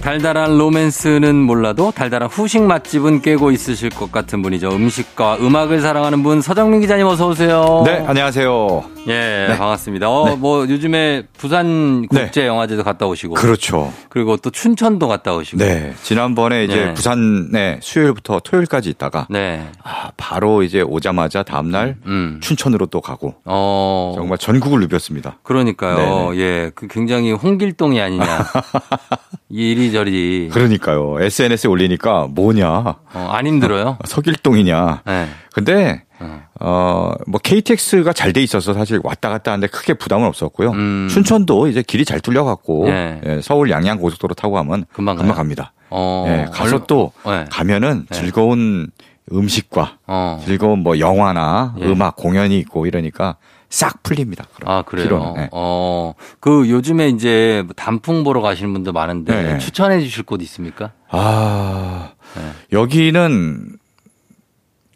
달달한 로맨스는 몰라도 달달한 후식 맛집은 깨고 있으실 것 같은 분이죠. 음식과 음악을 사랑하는 분 서정민 기자님 어서 오세요.
네, 안녕하세요. 네.
예, 반갑습니다. 어, 뭐 요즘에 부산 국제 영화제도 갔다 오시고
그렇죠.
그리고 또 춘천도 갔다 오시고.
네. 지난번에 이제
네.
부산에 수요일부터 토요일까지 있다가
네.
아, 바로 이제 오자마자 다음날
음.
춘천으로 또 가고
어.
정말 전국을 누볐습니다.
그러니까요. 예. 그 굉장히 홍길동이 아니냐.
[laughs]
이리저리.
그렇죠. 그러니까요. SNS에 올리니까 뭐냐.
어, 안 힘들어요?
서길동이냐.
네.
근데
어.
어, 뭐 KTX가 잘 돼 있어서 사실 왔다 갔다 하는데 크게 부담은 없었고요.
음.
춘천도 이제 길이 잘 뚫려 갖고
네.
예, 서울 양양 고속도로 타고 가면
금방 가요?
갑니다.
어.
예, 가서
얼-
또
네.
가면은
네.
즐거운 음식과
어.
즐거운 뭐 영화나
예.
음악 공연이 있고 이러니까 싹 풀립니다. 그럼.
아, 그래요?
피로는, 예.
어. 그 요즘에 이제 단풍 보러 가시는 분들 많은데
네.
추천해 주실 곳 있습니까?
아,
네.
여기는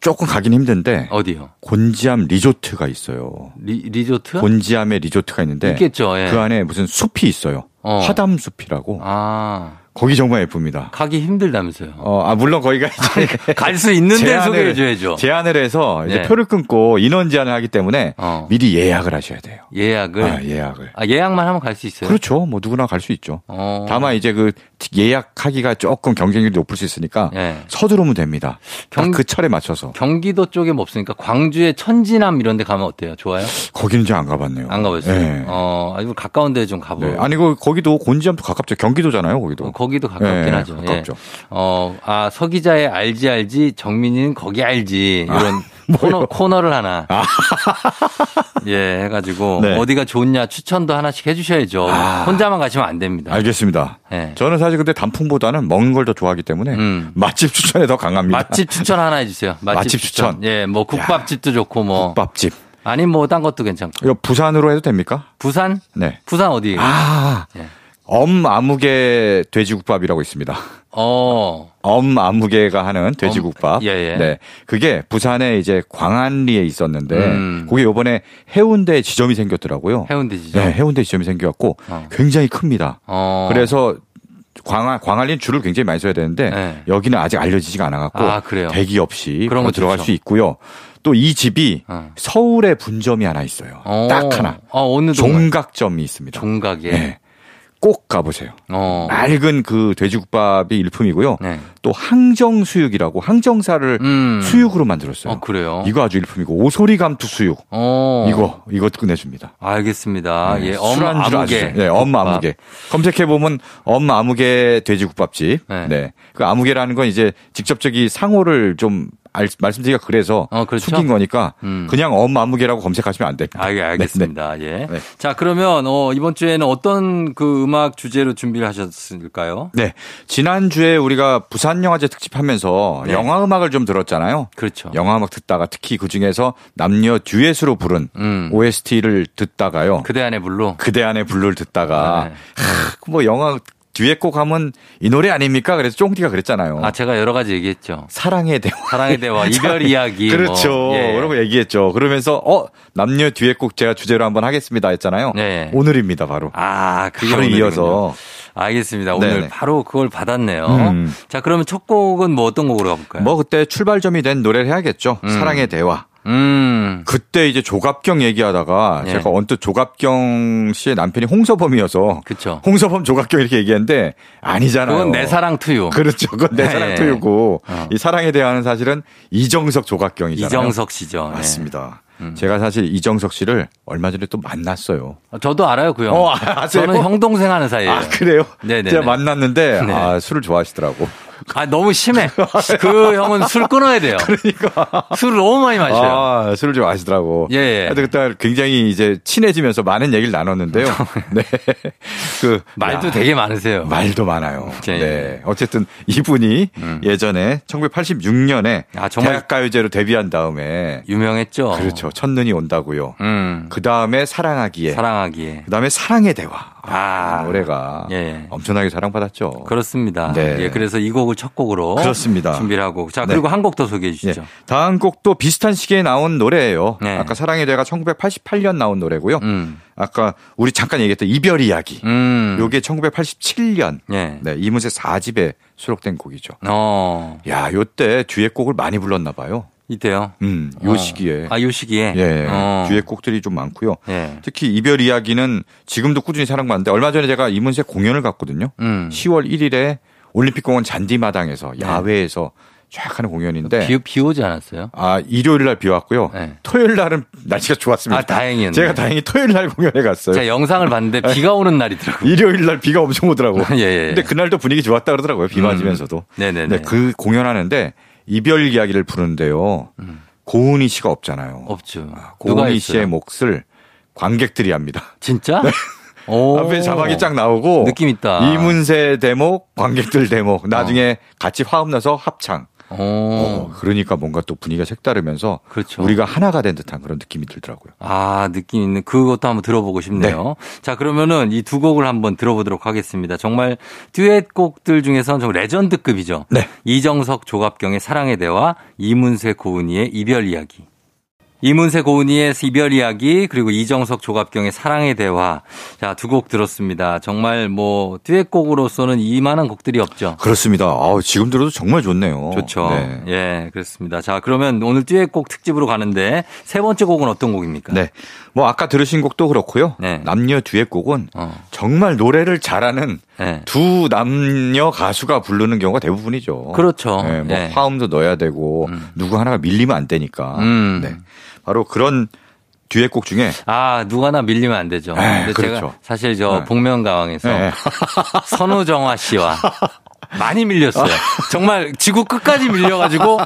조금 가긴 힘든데
어디요?
곤지암 리조트가 있어요.
리, 리조트?
곤지암에 리조트가 있는데
있겠죠. 예.
그 안에 무슨 숲이 있어요.
어.
화담 숲이라고.
아.
거기 정말 예쁩니다.
가기 힘들다면서요.
어, 아 물론 거기가 이제
갈 수 네. 있는데
제안을-
소개해 줘야죠.
제안을 해서 이제
네.
표를 끊고 인원 제한을 하기 때문에
어.
미리 예약을 하셔야 돼요.
예약을.
아, 예약을.
아, 예약만 하면 갈 수 있어요.
그렇죠. 뭐 누구나 갈 수 있죠.
어.
다만 이제 그 예약하기가 조금 경쟁률이 높을 수 있으니까
예.
서두르면 됩니다.
경-
딱 그 철에 맞춰서
경기도 쪽에 뭐 없으니까 광주의 천진암 이런 데 가면 어때요? 좋아요?
거기는 이제 안 가봤네요.
안 가봤어요.
예.
어, 아니 가까운 데 좀 가보.
네. 아니 그 거기도 곤지암도 가깝죠. 경기도잖아요. 거기도.
어, 거기도 가깝긴
예,
하죠.
가깝죠.
예. 어, 아, 서기자의 알지 알지, 정민이는 거기 알지.
아, [laughs]
이런 코너, 코너를 하나. [laughs] 예, 해가지고.
네. 아.
어디가 좋냐 추천도 하나씩 해주셔야죠. 혼자만 가시면 안 됩니다.
알겠습니다.
네. 예.
저는 사실 근데 단풍보다는 먹는 걸 더 좋아하기 때문에
음.
맛집 추천에 더 강합니다.
맛집 추천 하나 해주세요. 맛집,
맛집 추천.
예, 뭐 국밥집도 좋고 뭐.
국밥집.
아니, 뭐, 딴 것도 괜찮고.
이거 부산으로 해도 됩니까?
부산?
네.
부산 어디?
아.
예.
엄 아무개 돼지국밥이라고 있습니다.
어.
엄 아무개가 하는
엄,
돼지국밥.
예, 예.
네. 그게 부산에 이제 광안리에 있었는데
음.
거기 요번에 해운대 지점이 생겼더라고요.
해운대지죠.
네, 해운대 지점이 생겨갖고
어.
굉장히 큽니다.
어.
그래서 광안 광안리는 줄을 굉장히 많이 서야 되는데
네.
여기는 아직 알려지지가 않아갖고
아, 그래요?
대기 없이
그런
바로
거
들어갈
좋죠.
수 있고요. 또 이 집이
어.
서울에 분점이 하나 있어요.
어.
딱 하나
아, 어느 동네?
종각점이 있습니다.
종각에. 예.
네. 꼭 가보세요.
어.
맑은 그 돼지국밥이 일품이고요.
네.
또 항정수육이라고 항정살을
음.
수육으로 만들었어요.
어, 그래요.
이거 아주 일품이고 오소리 감투 수육
어.
이거 이것도 끝내줍니다. 네,
알겠습니다. 예, 엄마
술안주로 아주
아무개.
좋- 예, 엄마 아무개. 검색해 보면 엄마 아무개 돼지국밥집.
네.
네. 그 아무개라는 건 이제 직접적인 상호를 좀 알- 말씀드리기가 그래서
어, 그렇죠.
숙인 거니까
음.
그냥 엄마 아무개라고 검색하시면 안 됩니다.
아, 예, 알겠습니다. 예.
네.
자, 그러면, 어, 이번 주에는 어떤 그 음악 주제로 준비를 하셨을까요?
네. 지난주에 우리가 부산 영화제 특집하면서
네.
영화 음악을 좀 들었잖아요.
그렇죠.
어. 영화 음악 듣다가 특히 그 중에서 남녀 듀엣으로 부른
음.
OST를 듣다가요.
그대 안에 물로.
그대 안의 블루를 듣다가
네.
하, 뭐 영화 듀엣곡 하면 이 노래 아닙니까? 그래서 쫑디가 그랬잖아요.
아, 제가 여러 가지 얘기했죠.
사랑의 대화.
사랑의 대화, 이별 이야기. 뭐.
[laughs] 네. 그렇죠.
예.
그러고 얘기했죠. 그러면서 어 남녀 듀엣곡 제가 주제로 한번 하겠습니다 했잖아요.
네.
오늘입니다 바로.
아, 그게
바로
오늘이군요.
이어서.
알겠습니다. 오늘
네네.
바로 그걸 받았네요.
음.
자, 그러면 첫 곡은 뭐 어떤 곡으로 가볼까요?
뭐 그때 출발점이 된 노래를 해야겠죠. 사랑의 대화.
음.
그때 이제 조갑경 얘기하다가
예.
제가 언뜻 조갑경 씨의 남편이 홍서범이어서
그쵸.
홍서범 조갑경 이렇게 얘기했는데 아니잖아요.
그건 내 사랑 투유.
어. 그렇죠. 그건 내
네.
사랑 토유고
어.
이 사랑에 대한 사실은 이정석 조각경이잖아요.
이정석 씨죠. 예.
맞습니다. 제가 사실 이정석 씨를 얼마 전에 또 만났어요.
어, 저도 알아요, 그 형.
어, 아세요?
저는 형 동생 하는 사이예요.
아 그래요?
네네네.
제가 만났는데
네.
아, 술을 좋아하시더라고.
아, 너무 심해. 그 형은 술 끊어야 돼요.
그러니까
술을 너무 많이 마셔요.
아, 술을 좋아하시더라고.
예, 예.
하여튼 그때 굉장히 이제 친해지면서 많은
[laughs]
얘기를 나눴는데요. 네. 그
말도
야,
되게 많으세요.
말도 많아요.
예, 예.
네. 어쨌든 이분이 예전에 1986년에
음. 아, 정말-
대학가요제로 데뷔한 다음에
유명했죠.
그렇죠. 첫눈이 온다고요.
음.
그 다음에 사랑하기에.
사랑하기에.
그 다음에 사랑의 대화.
아.
노래가
예.
엄청나게 사랑받았죠.
그렇습니다.
네.
예, 그래서 이 곡을 첫 곡으로
그렇습니다.
준비를 하고 자 그리고
네.
한 곡 더 소개해
예.
주시죠.
다음 곡도 비슷한 시기에 나온 노래예요.
네.
아까 사랑의 대화가 1988년 나온 노래고요.
음.
아까 우리 잠깐 얘기했던 이별 이야기.
음.
요게 1987년
예.
네, 이문세 4집에 수록된 곡이죠.
어
야, 요때 뒤에 곡을 많이 불렀나 봐요.
이때요.
음, 요
어.
시기에.
아요 시기에.
예.
어.
뒤에 곡들이 좀 많고요.
예.
특히 이별 이야기는 지금도 꾸준히 사랑받는데 얼마 전에 제가 이문세 공연을 갔거든요.
음. 네.
10월 1일에 올림픽공원 잔디마당에서 야외에서 쫙 하는 공연인데
비, 비 오지 않았어요?
아 일요일 날 비왔고요.
네.
토요일 날은 날씨가 좋았습니다.
아, 예. 다행이었네.
제가 다행히 토요일 날 공연에 갔어요.
제가 영상을 봤는데
네.
비가 오는 날이더라고요.
일요일 날 비가 엄청 오더라고.
[laughs] 예, 예.
근데 그날도 분위기 좋았다 그러더라고요. 비 맞으면서도.
네네네.
네, 그 공연하는데 이별 이야기를 부르는데요. 고은희 씨가 없잖아요.
음. 없죠.
아,
누가
고은희
했어요?
씨의 몫을 관객들이 합니다.
진짜? 오.
앞에 자막이 쫙 나오고
느낌 있다. 어.
이문세 대목, 관객들 대목, 나중에 같이 화음 나서 합창. 어,
오.
그러니까 뭔가 또 분위기가 색다르면서
그렇죠.
우리가 하나가 된 듯한 그런 느낌이 들더라고요.
아, 느낌 있는 그것도 한번 들어보고 싶네요. 자, 그러면은 이 두 곡을 한번 들어보도록 하겠습니다. 정말 듀엣곡들 중에서는 좀 레전드급이죠.
네.
이정석 조갑경의 사랑의 대화, 이문세 고은이의 이별 이야기. 이문세 고은이의 이별 이야기 그리고 이정석 조갑경의 사랑의 대화 자 두 곡 들었습니다. 정말 뭐 듀엣곡으로서는 이만한 곡들이 없죠.
그렇습니다. 아우, 지금 들어도 정말 좋네요.
좋죠.
네.
예, 그렇습니다. 자 그러면 오늘 듀엣곡 특집으로 가는데 세 번째 곡은 어떤 곡입니까?
네. 뭐 아까 들으신 곡도 그렇고요.
그러니까. 네.
남녀 듀엣 곡은
어.
정말 노래를 잘하는
네.
두 남녀 가수가 부르는 경우가 대부분이죠.
그렇죠.
네, 뭐
예.
화음도 넣어야 되고 누구 하나가 밀리면 안 되니까.
음.
네. 바로 그런 듀엣 곡 중에
아, 누가나 밀리면 안 되죠.
네,
근데
그렇죠.
제가 사실 저
네.
복면가왕에서
네.
[laughs] 선우정화 씨와
[laughs]
많이 밀렸어요. 정말 지구 끝까지
[laughs]
밀려가지고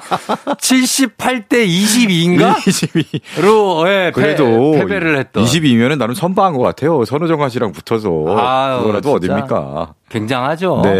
78대 22인가?
22.
로, 예,
그래도
패, 배를 했던.
22면은 나름 선방한 것 같아요. 선우정아 씨랑 붙어서
아유,
그거라도
진짜.
어딥니까?
굉장하죠.
네.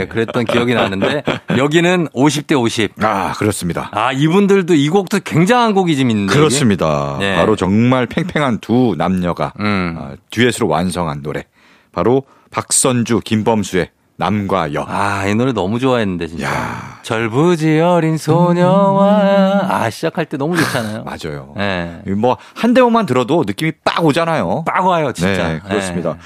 예, 그랬던 기억이 나는데 여기는 50대 50.
아 그렇습니다.
아, 이분들도 이 곡도 굉장한 곡이 좀 있는데. 이게?
그렇습니다.
예.
바로 정말 팽팽한 두 남녀가
음.
아, 듀엣으로 완성한 노래. 바로 박선주, 김범수의 남과 여.
아, 이 노래 너무 좋아했는데, 진짜.
야.
절부지 어린 소녀와. 아, 시작할 때 너무 좋잖아요.
맞아요.
예.
뭐 한 대목만 들어도 느낌이 빡 오잖아요.
빡 와요, 진짜. 네.
네, 그렇습니다.
예.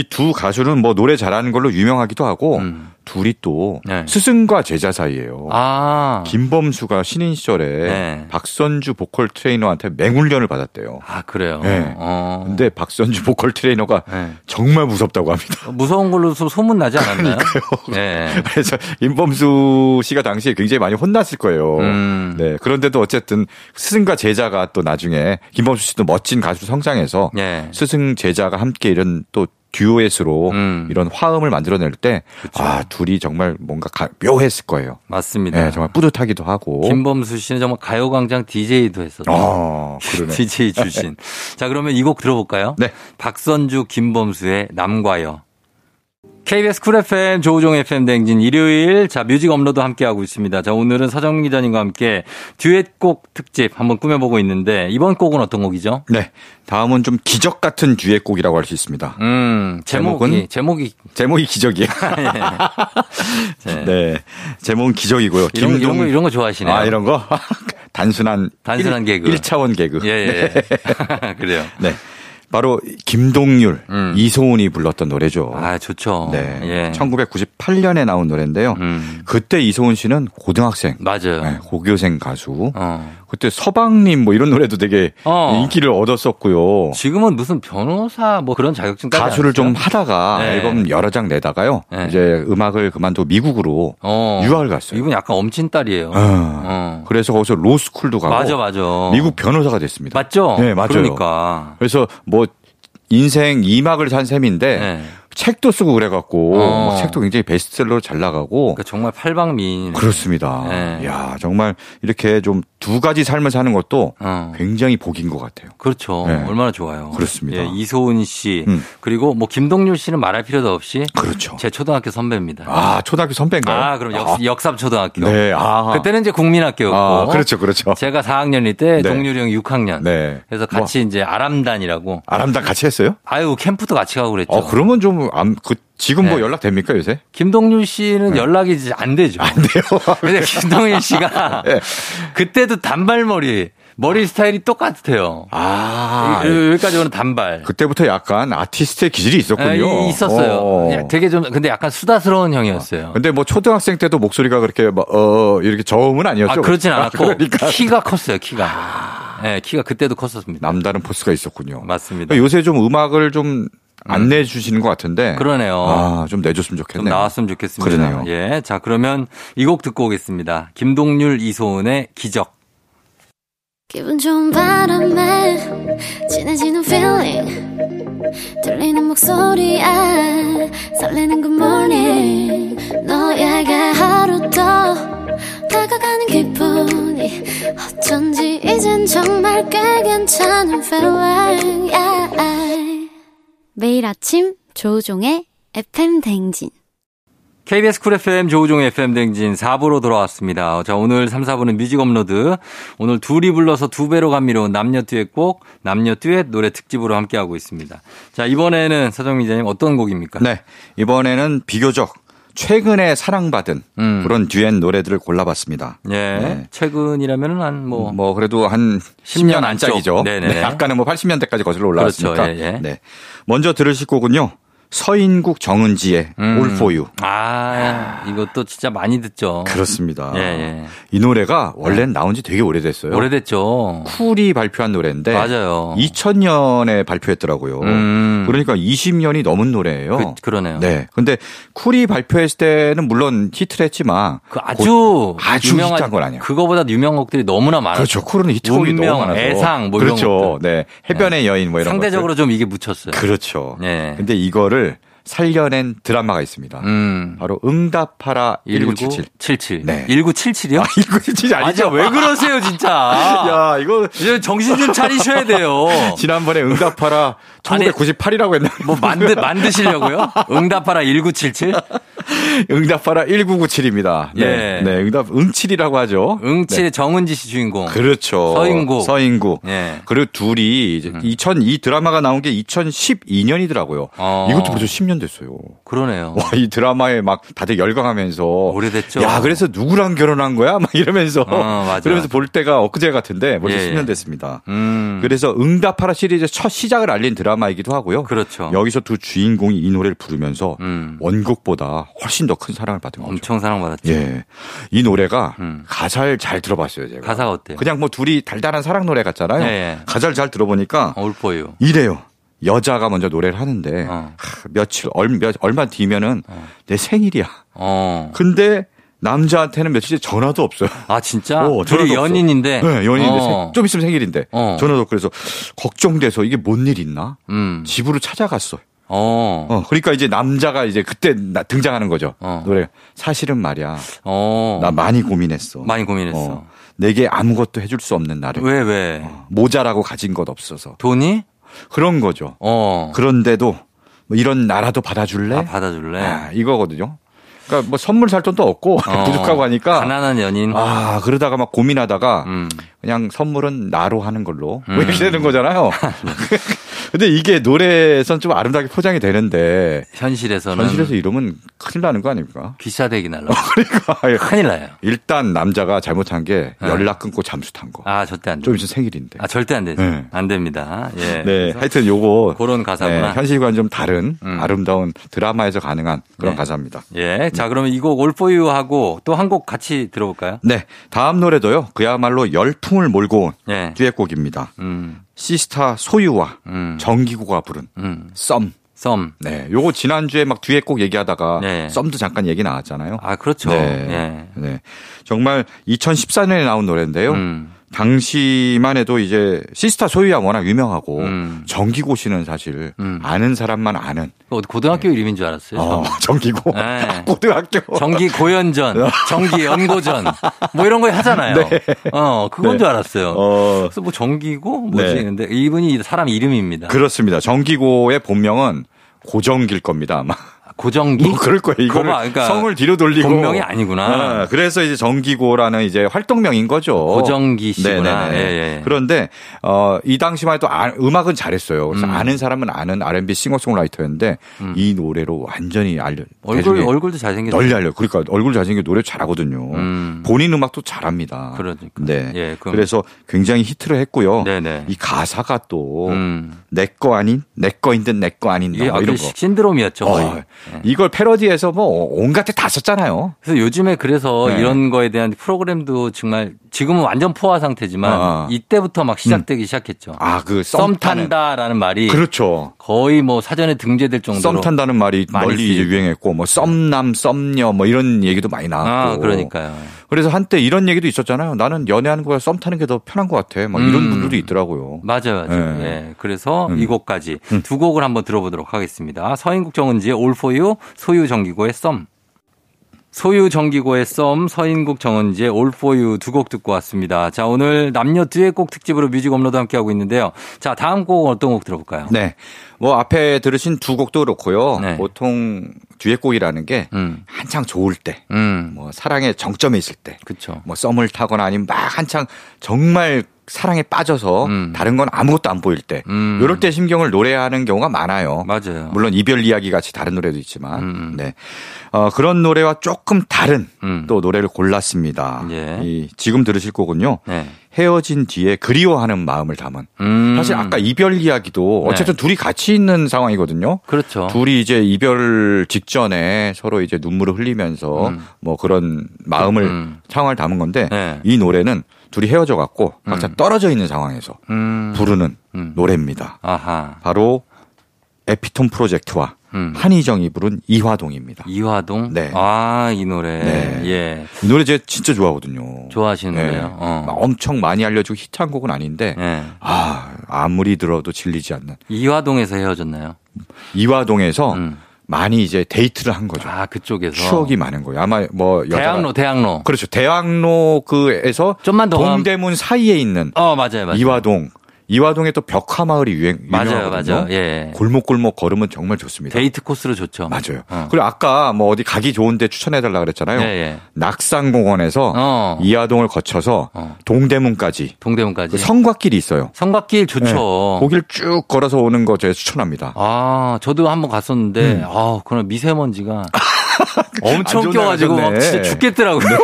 이 두 가수는 뭐 노래 잘하는 걸로 유명하기도 하고
음.
둘이 또
네.
스승과 제자 사이예요.
아.
김범수가 신인 시절에
네.
박선주 보컬 트레이너한테 맹훈련을 받았대요.
아, 그래요.
네.
어.
근데 박선주 보컬 트레이너가
네.
정말 무섭다고 합니다. [laughs]
무서운 걸로 소- 소문 나지 않았나요? 네.
그래서 임범수 씨가 당시에 굉장히 많이 혼났을 거예요.
음.
네. 그런데도 어쨌든 스승과 제자가 또 나중에 김범수 씨도 멋진 가수로 성장해서
네.
스승 제자가 함께 이런 또 듀엣으로
음.
이런 화음을 만들어낼 때, 아, 둘이 정말 뭔가 가- 묘했을 거예요.
맞습니다.
네, 정말 뿌듯하기도 하고.
김범수 씨는 정말 가요광장 DJ도 했었죠.
아,
[laughs]
그러네.
DJ 출신. 자, 그러면 이 곡 들어볼까요?
네.
박선주, 김범수의 남과여. KBS 쿨 FM 조우종 FM 댕진 일요일 자 뮤직 업로드 함께하고 있습니다. 자 오늘은 서정 기자님과 함께 듀엣곡 특집 한번 꾸며보고 있는데 이번 곡은 어떤 곡이죠?
네. 다음은 좀 기적 같은 듀엣곡이라고 할 수 있습니다.
음 제목이
제목은?
제목이
제목이
[laughs]
기적이에요. 네. 제목은 기적이고요.
이런,
김동-
이런 거 이런 거 좋아하시네요.
아, 이런 거? [laughs] 단순한.
단순한
일-
개그.
1차원 개그.
예, 예. [laughs] 그래요.
네. 바로 김동률,
음.
이소은이 불렀던 노래죠.
아, 좋죠.
네.
예.
1998년에 나온 노래인데요.
음.
그때 이소은 씨는 고등학생,
맞아요.
네, 고교생 가수.
어.
그때 서방님 뭐 이런 노래도 되게
어.
인기를 얻었었고요.
지금은 무슨 변호사 뭐 그런 자격증
가수를 좀 하다가
네.
앨범 여러 장 내다가요.
네.
이제 음악을 그만두고 미국으로
어.
유학을 갔어요.
이분 약간 엄친딸이에요.
아,
어.
그래서 거기서 로스쿨도 가고
맞아, 맞아.
미국 변호사가 됐습니다.
맞죠?
네, 맞아요.
그러니까.
그래서 뭐 인생 2막을 산 셈인데
네.
책도 쓰고 그래갖고
어.
막 책도 굉장히 베스트셀러로 잘 나가고
그러니까 정말 팔방미인.
그렇습니다
네.
야 정말 이렇게 좀 두 가지 삶을 사는 것도
어.
굉장히 복인 것 같아요.
그렇죠.
네.
얼마나 좋아요.
그렇습니다.
예, 이소은 씨
음.
그리고 뭐 김동률 씨는 말할 필요도 없이
그렇죠.
제 초등학교 선배입니다.
아 초등학교 선배인가요?
아, 그럼
아,
역, 역삼 초등학교.
네, 아
그때는 이제 국민학교였고.
아, 그렇죠, 그렇죠.
제가 4학년일 때
네.
동률이 형 6학년.
네.
그래서 같이 이제 아람단이라고.
아람당 같이 했어요?
아유 캠프도 같이 가고 그랬죠.
어 그러면 좀 암, 그, 지금 뭐
그렇죠. 네.
연락 됩니까 요새? [laughs]
김동률
네.
씨는 연락이 이제 안 되죠.
아,
안 돼요. 근데 김동률 씨가
예.
그때도 단발머리 머리 스타일이 똑같아요.
아
여- 여기까지 오는 단발.
그때부터 약간 아티스트의 기질이 있었군요.
아, 이- 있었어요.
어.
그냥 되게 좀 근데 약간 수다스러운 형이었어요.
근데 뭐 초등학생 때도 목소리가 그렇게 막, 어, 이렇게 저음은 아니었죠.
아 그렇진 않았고
그러니까 아.
키가 컸어요. 키가. 네, 키가 그때도 컸었습니다.
남다른 포스가 있었군요.
맞습니다.
그러니까 요새 좀 음악을 좀 안내 주시는 것 같은데.
그러네요.
아, 좀 내줬으면
좀
좋겠네요.
나왔으면 좋겠습니다.
그러네요.
예. 자, 그러면 이 곡 듣고 오겠습니다. 김동률, 이소은의 기적.
기분 좋은 바람에 진해지는 feeling 들리는 목소리에 설레는 good morning 너에게 하루 더 다가가는 기분이 어쩐지 이젠 정말 꽤 괜찮은 feeling yeah. 매일 아침 조종의 FM 댕진
KBS 쿨 FM 조우종 FM 댕진 4부로 돌아왔습니다. 자, 오늘 3, 4부는 뮤직 업로드. 오늘 둘이 불러서 두 배로 감미로운 남녀 듀엣곡, 남녀 듀엣 노래 특집으로 함께하고 있습니다. 자, 이번에는 서정민 기자님 어떤 곡입니까?
네. 이번에는 비교적 최근에 사랑받은
음.
그런 듀엣 노래들을 골라봤습니다.
예.
네.
최근이라면은 한 뭐.
뭐 그래도 한
10년
10년 안짝이죠.
안쪽. 네네.
네, 아까는 뭐 80년대까지 거슬러 올라왔으니까.
그렇죠. 예, 예.
네. 먼저 들으실 곡은요. 서인국 정은지의
음.
All For
어.
You.
아, 이것도 진짜 많이 듣죠.
그렇습니다.
예, 예.
이 노래가 원래는 나온 지 되게 오래됐어요.
오래됐죠.
쿨이 발표한 노래인데
맞아요.
2000년에 발표했더라고요.
음.
그러니까 20년이 넘은 노래예요.
그, 러네요
네. 근데 쿨이 발표했을 때는 물론 히트를 했지만
그 아주
아주 히트한 건 아니야.
그거보다 유명한 곡들이 너무나 많아요.
그렇죠. 쿨은 히트곡이
운명,
너무 많아서.
애상 뭐 이런
그렇죠.
것들.
네. 해변의 여인 뭐 이런
상대적으로 좀 이게 묻혔어요.
것들. 그렇죠.
예.
근데 이거를 살려낸 드라마가 있습니다.
음.
바로 응답하라 [laughs] 1977.
1977.
네.
1977이요?
아, 1977 아니죠?
진짜 왜 그러세요, 진짜.
[laughs] 야, 이거
이제 정신 좀 차리셔야
[laughs]
돼요.
지난번에 응답하라
[laughs] 아니,
1998이라고 했나?
뭐 만드 만드시려고요? 응답하라 1977.
[laughs] 응답하라 1997입니다. 네.
예.
네, 응답 응칠이라고 하죠.
응칠
네.
정은지 씨 주인공.
그렇죠.
서인국.
서인국.
예.
그리고 둘이 이제
네.
2002 드라마가 나온 게 2012년이더라고요.
어.
이것도 벌써 10년 됐어요.
그러네요.
와, 이 드라마에 막 다들 열광하면서
오래됐죠.
야, 그래서 누구랑 결혼한 거야? 막 이러면서
어, 맞아.
그러면서 볼 때가 엊그제 같은데 벌써
예, 예.
10년 됐습니다.
음.
그래서 응답하라 시리즈 첫 시작을 알린 드라마이기도 하고요.
그렇죠.
여기서 두 주인공이 이 노래를 부르면서
음.
원곡보다 훨씬 더 큰 사랑을 받은 거죠.
엄청 사랑받았죠.
예. 이 노래가
음.
가사를 잘 들어봤어요, 제가.
가사가 어때요?
그냥 뭐 둘이 달달한 사랑 노래 같잖아요.
예, 예.
가사를 잘 들어보니까
어, 울보예요.
이래요. 여자가 먼저 노래를 하는데
어.
하, 며칠 얼, 몇, 얼마 뒤면은 내 생일이야.
어.
근데 남자한테는 며칠 전화도 없어요.
아 진짜?
어,
둘이
전화도 없어.
연인인데.
네, 연인인데
어.
세- 좀 있으면 생일인데
어.
전화도 없고 그래서 걱정돼서 이게 뭔 일 있나?
음.
집으로 찾아갔어.
어.
어, 그러니까 이제 남자가 이제 그때 나- 등장하는 거죠.
어.
노래 사실은 말이야.
어.
나 많이 고민했어.
많이 고민했어.
어, 내게 아무것도 해줄 수 없는 나를
왜 왜?
모자라고 가진 것 없어서
돈이?
그런 거죠.
어.
그런데도 뭐 이런 나라도 받아줄래?
아 받아줄래?
아, 이거거든요. 그러니까 뭐 선물 살 돈도 없고
어.
[laughs] 부족하고 하니까
가난한 연인.
아 그러다가 막 고민하다가
음.
그냥 선물은 나로 하는 걸로
음.
뭐 이렇게
[laughs]
되는 거잖아요. [laughs] 근데 이게 노래에선 좀 아름답게 포장이 되는데
현실에서는
현실에서 이러면 큰일 나는 거 아닙니까? [laughs]
귀싸대기 날라.
그러니까
큰일 나요.
일단 남자가 잘못한 게
네.
연락 끊고 잠수 탄 거.
아 절대 안 돼.
좀 있으면 생일인데.
아 절대 안 되죠.
네.
안 됩니다. 예.
네,
그래서
하여튼 요거
그런 가사구나.
네, 현실과는 좀 다른
음.
아름다운 드라마에서 가능한 그런
네.
가사입니다.
예. 자 그러면 이 곡 올포유하고 또 한 곡 같이 들어볼까요?
네, 다음 노래도요. 그야말로 열풍을 몰고 온
예.
듀엣곡입니다.
음.
시스타 소유와
음.
정기구가 부른
음.
썸.
썸.
네, 요거 지난주에 막 듀엣곡 얘기하다가
네.
썸도 잠깐 얘기 나왔잖아요.
아 그렇죠.
네.
예.
네. 정말 2014년에 나온 노래인데요.
음.
당시만 해도 이제 시스타 소유야 워낙 유명하고
음.
정기고 씨는 사실
음.
아는 사람만 아는
어디 그 고등학교 이름인 줄 알았어요.
어, [laughs] 정기고
네.
고등학교
정기
[laughs]
고연전, 정기 연고전, 뭐 이런 거 하잖아요. 어, 그건
네.
줄 알았어요.
어,
그래서 뭐 정기고 뭐지
네.
근데 이분이 사람 이름입니다.
그렇습니다. 정기고의 본명은 고정길 겁니다 아마
고정기.
뭐 그럴 거예요. 이거를
거봐, 그러니까
성을 뒤로 돌리고
본명이 아니구나.
아, 그래서 이제 정기고라는 이제 활동명인 거죠.
고정기 씨구나.
네네네.
예, 예.
그런데 어, 이 당시만 해도 아- 음악은 잘했어요. 그래서 아는 사람은 아는 R&B 싱어송라이터였는데 이 노래로 완전히 알려
음. 얼굴
대중에
얼굴도 잘생겼어.
널리 알려. 그러니까 얼굴 잘생긴 노래 잘하거든요.
음.
본인 음악도 잘합니다.
그러니까.
네.
예, 그럼-
그래서 굉장히 히트를 했고요.
네네.
이 가사가 또
음.
내 거 아닌 내 거인 듯 내 거 아닌 나
이게
뭐 이런
아까
거.
신드롬이었죠. 거의.
어, 이걸 패러디해서 뭐 온갖 데 다 썼잖아요.
그래서 요즘에 그래서
네.
이런 거에 대한 프로그램도 정말 지금은 완전 포화 상태지만
아.
이때부터 막 시작되기 시작했죠.
아, 그
썸
썸 탄다.
탄다라는 말이
그렇죠.
거의 뭐 사전에 등재될 정도로
썸 탄다는 말이
많이
널리 이제
쓰이고.
유행했고 뭐 썸남, 썸녀 뭐 이런 얘기도 많이 나왔고.
아, 그러니까요.
래서 한때 이런 얘기도 있었잖아요. 나는 연애하는 거보다 썸 타는 게 더 편한 것 같아. 막
음.
이런 분들도 있더라고요.
맞아요. 맞아요.
예.
예. 그래서
음.
이 곡까지 두 곡을 한번 들어보도록 하겠습니다. 서인국 정은지의 올포유, 소유 정기고의 썸. 소유 정기고의 썸, 서인국 정은지의 올포유 두 곡 듣고 왔습니다. 자, 오늘 남녀 듀엣곡 특집으로 뮤직 업로드 함께하고 있는데요. 자, 다음 곡은 어떤 곡 들어볼까요?
네. 뭐 앞에 들으신 두 곡도 그렇고요.
네.
보통 듀엣곡이라는 게
음.
한창 좋을 때,
음.
뭐 사랑의 정점에 있을 때,
그쵸.
뭐 썸을 타거나 아니면 막 한창 정말 사랑에 빠져서
음.
다른 건 아무것도 안 보일 때
음.
요럴때 심경을 노래하는 경우가 많아요.
맞아요.
물론 이별 이야기 같이 다른 노래도 있지만
음.
네. 어, 그런 노래와 조금 다른
음.
또 노래를 골랐습니다.
예.
이, 지금 들으실 곡은요.
네.
헤어진 뒤에 그리워하는 마음을 담은
음.
사실 아까 이별 이야기도
네.
어쨌든 둘이 같이 있는 상황이거든요.
그렇죠.
둘이 이제 이별 직전에 서로 이제 눈물을 흘리면서
음.
뭐 그런 마음을
음.
상황을 담은 건데
네.
이 노래는 둘이 헤어져 갖고 각자 떨어져 있는 상황에서
음.
부르는
음.
노래입니다.
아하.
바로 에피톤 프로젝트와
음.
한희정이 부른 이화동입니다.
이화동?
네.
아, 이 노래.
네.
예.
이 노래 제가 진짜 좋아하거든요.
좋아하시는
네.
노래요? 어.
막 엄청 많이 알려주고 히트한 곡은 아닌데
예.
아 아무리 들어도 질리지 않는
이화동에서 헤어졌나요?
이화동에서
음.
많이 이제 데이트를 한 거죠.
아 그쪽에서
추억이 많은 거예요. 아마 뭐 여자
대학로 대학로
그렇죠. 대학로 그에서
좀만 더 가면-
동대문 사이에 있는
어 맞아요 맞아요
이화동. 이화동에 또 벽화마을이 유행
맞아요
유명하거든요.
맞아요 예
골목골목 걸으면 정말 좋습니다.
데이트 코스로 좋죠
맞아요.
어.
그리고 아까 뭐 어디 가기 좋은데 추천해 달라 그랬잖아요.
예, 예.
낙산공원에서
어.
이화동을 거쳐서
어.
동대문까지
동대문까지
그 성곽길이 있어요.
성곽길 좋죠
네. 거길 쭉 걸어서 오는 거 제가 추천합니다.
아 저도 한번 갔었는데 아 그런 미세먼지가
음. [laughs] 안
엄청
좋은
껴가지고
날 가셨네.
막
네.
진짜 죽겠더라고요.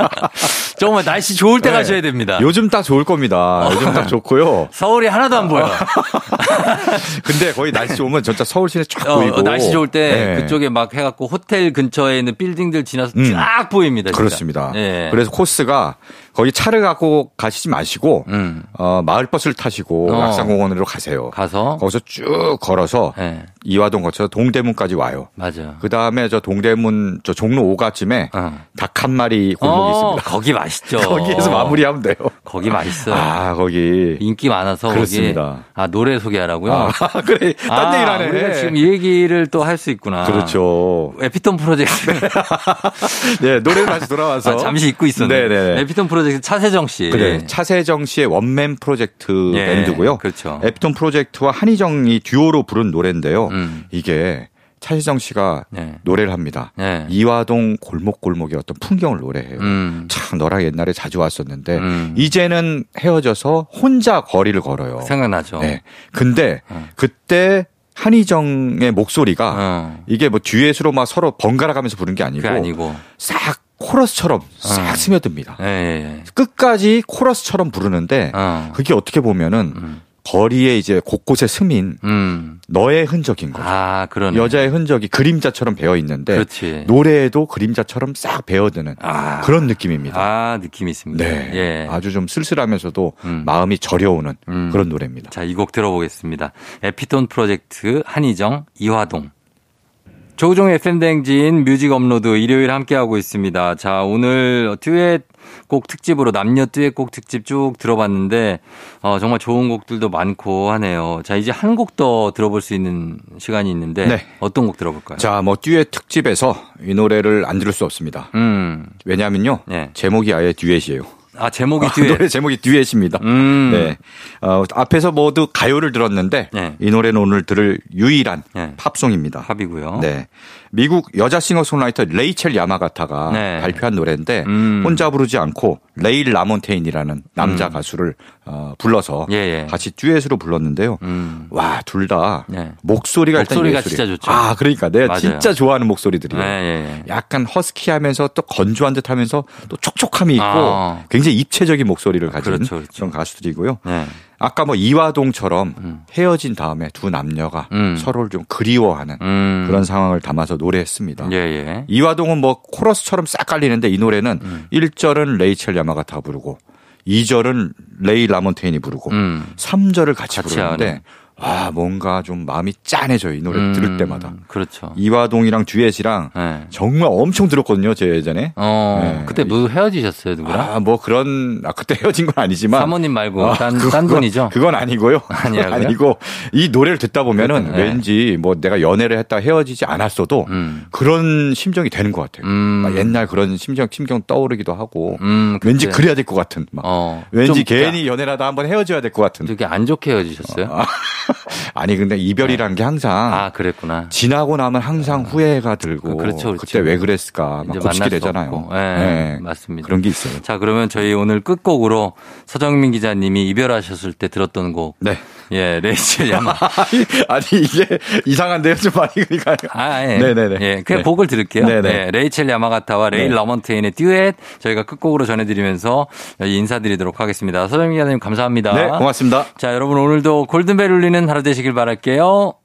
[laughs] 정말 날씨 좋을 때 가셔야 됩니다. 어.
요즘 딱 좋을 겁니다. 요즘 딱
[laughs]
좋고요.
서울이 하나도 안
아,
보여.
근데 거의 날씨 좋으면 진짜 서울 시내 쫙
어,
보이고.
날씨 좋을 때
네.
그쪽에 막 해갖고 호텔 근처에 있는 빌딩들 지나서
음.
쫙 보입니다. 진짜.
그렇습니다.
예.
그래서 코스가 거기 차를 갖고 가시지 마시고
음.
어, 마을 버스를 타시고
어.
낙산공원으로 가세요.
가서
거기서 쭉 걸어서
예.
이화동 거쳐서 동대문까지 와요.
맞아요.
그 다음에 저 동대문 저 종로 5가쯤에
어.
닭 한 마리 골목이
어,
있습니다. [laughs]
거기 맛있죠.
거기에서 마무리하면 돼요.
거기 맛있어요.
아 거기.
인기 많아서 거기
그렇습니다.
아 노래 소개하라고요.
아 [laughs] 그래. 딴
아,
얘기를 하네.
우리가 지금 이 아. 얘기를 또 할 수 있구나.
그렇죠.
에피톤 프로젝트.
예, 노래를 다시 돌아와서
아, [laughs] 잠시 잊고 있었네.
네네.
에피톤 프로젝트 차세정 씨.
그래. 차세정 씨의 원맨 프로젝트
예,
밴드고요.
그렇죠.
에피톤 프로젝트와 한희정이 듀오로 부른 노래인데요.
음.
이게 차세정 씨가
네.
노래를 합니다.
네.
이화동 골목골목의 어떤 풍경을 노래해요.
음.
참 너랑 옛날에 자주 왔었는데
음.
네. 이제는 헤어져서 혼자 거리를 걸어요.
생각나죠.
네. 근데 그때 한희정의 목소리가
어.
이게 뭐 듀엣으로 막 서로 번갈아 가면서 부른 게 아니고,
그게 아니고.
싹 코러스처럼 싹
어.
스며듭니다.
예, 예,
끝까지 코러스처럼 부르는데
예. 어.
그게 어떻게 보면은
음.
거리에 이제 곳곳에 스민
음.
너의 흔적인 거죠.
아, 그러네.
여자의 흔적이 그림자처럼 배어 있는데
그렇지.
노래에도 그림자처럼 싹 배어드는
아.
그런 느낌입니다.
아, 느낌이 있습니다.
네.
예.
아주 좀 쓸쓸하면서도
음.
마음이 저려오는
음.
그런 노래입니다.
자, 이 곡 들어보겠습니다. 에피톤 프로젝트 한희정, 이화동. 조종 FM대행진 뮤직 업로드 일요일 함께하고 있습니다. 자, 오늘 듀엣 곡 특집으로 남녀 듀엣 곡 특집 쭉 들어봤는데, 어, 정말 좋은 곡들도 많고 하네요. 자, 이제 한 곡 더 들어볼 수 있는 시간이 있는데,
네.
어떤 곡 들어볼까요?
자, 뭐 듀엣 특집에서 이 노래를 안 들을 수 없습니다.
음,
왜냐하면요,
네.
제목이 아예 듀엣이에요.
아, 제목이
아,
듀엣.
노래 제목이 듀엣입니다.
음.
네. 어, 앞에서 모두 가요를 들었는데
네.
이 노래는 오늘 들을 유일한
네.
팝송입니다.
합이고요.
네. 미국 여자 싱어송라이터 레이첼 야마가타가
네.
발표한 노래인데
음.
혼자 부르지 않고 레일 라몬테인이라는 남자 가수를 어, 불러서
예, 예.
같이 듀엣으로 불렀는데요.
음.
와, 둘 다
네.
목소리가 일단
목소리가
예술이에요.
진짜 좋죠.
아, 그러니까 내가
맞아요.
진짜 좋아하는
예,
목소리들이에요.
예, 예.
약간 허스키하면서 또 건조한 듯하면서 또 촉촉함이 있고
아.
굉장히 입체적인 목소리를 가진
그렇죠, 그렇죠.
런 가수들이고요.
네.
아까 뭐 이화동처럼 헤어진 다음에 두 남녀가
음.
서로를 좀 그리워하는
음.
그런 상황을 담아서 노래했습니다.
예, 예.
이화동은 뭐 코러스처럼 싹 깔리는데 이 노래는
음.
1절은 레이첼 야마가 다 부르고 2절은 레이 라몬테인이 부르고
음.
3절을 같이,
같이 하는.
부르는데 아 뭔가 좀 마음이 짠해져요. 이 노래를 들을
음,
때마다.
그렇죠.
이화동이랑 듀엣이랑
네.
정말 엄청 들었거든요, 제 예전에.
어,
네.
그때 뭐 헤어지셨어요, 누구랑?
아, 뭐 그런, 아, 그때 [laughs] 헤어진 건 아니지만.
사모님 말고,
아,
딴,
그건-
딴 분이죠?
그건 아니고요.
[laughs] 아니라고요?
고이 노래를 듣다 보면은
그렇군요. 네.
왠지 뭐 내가 연애를 했다 헤어지지 않았어도
음.
그런 심정이 되는 것 같아요.
음.
막 옛날 그런 심정, 심경 떠오르기도 하고
음, 그때.
왠지 그래야 될 것 같은. 막.
어. 좀
왠지 괜히 아. 연애라도 한번 헤어져야 될 것 같은.
되게 안 좋게 헤어지셨어요?
아니 근데 이별이라는 게 항상
그- 아, 그랬구나.
지나고 나면 항상 후회가
그-
들고
그렇죠, 그렇죠.
그때왜 그랬을까 막
이제
곱씹게
만날 수
되잖아요.
없고. 예,
예.
맞습니다.
그런 게 있어요.
자, 그러면 저희 오늘 끝곡으로 서정민 기자님이 이별하셨을 때 들었던 곡.
네.
예, 레이첼 야마.
[laughs] 아니 이게 이상한데요, 좀 많이 그러니까요.
아, 예.
네네네.
예, 그냥
네.
곡을 들을게요.
네네.
예, 레이첼 야마가타와 레일
네.
러먼테인의 듀엣 저희가 끝곡으로 전해드리면서 여기 인사드리도록 하겠습니다. 서정민 기자님 감사합니다.
네, 고맙습니다.
자, 여러분 오늘도 골든벨 울리는 하루 되시길 바랄게요.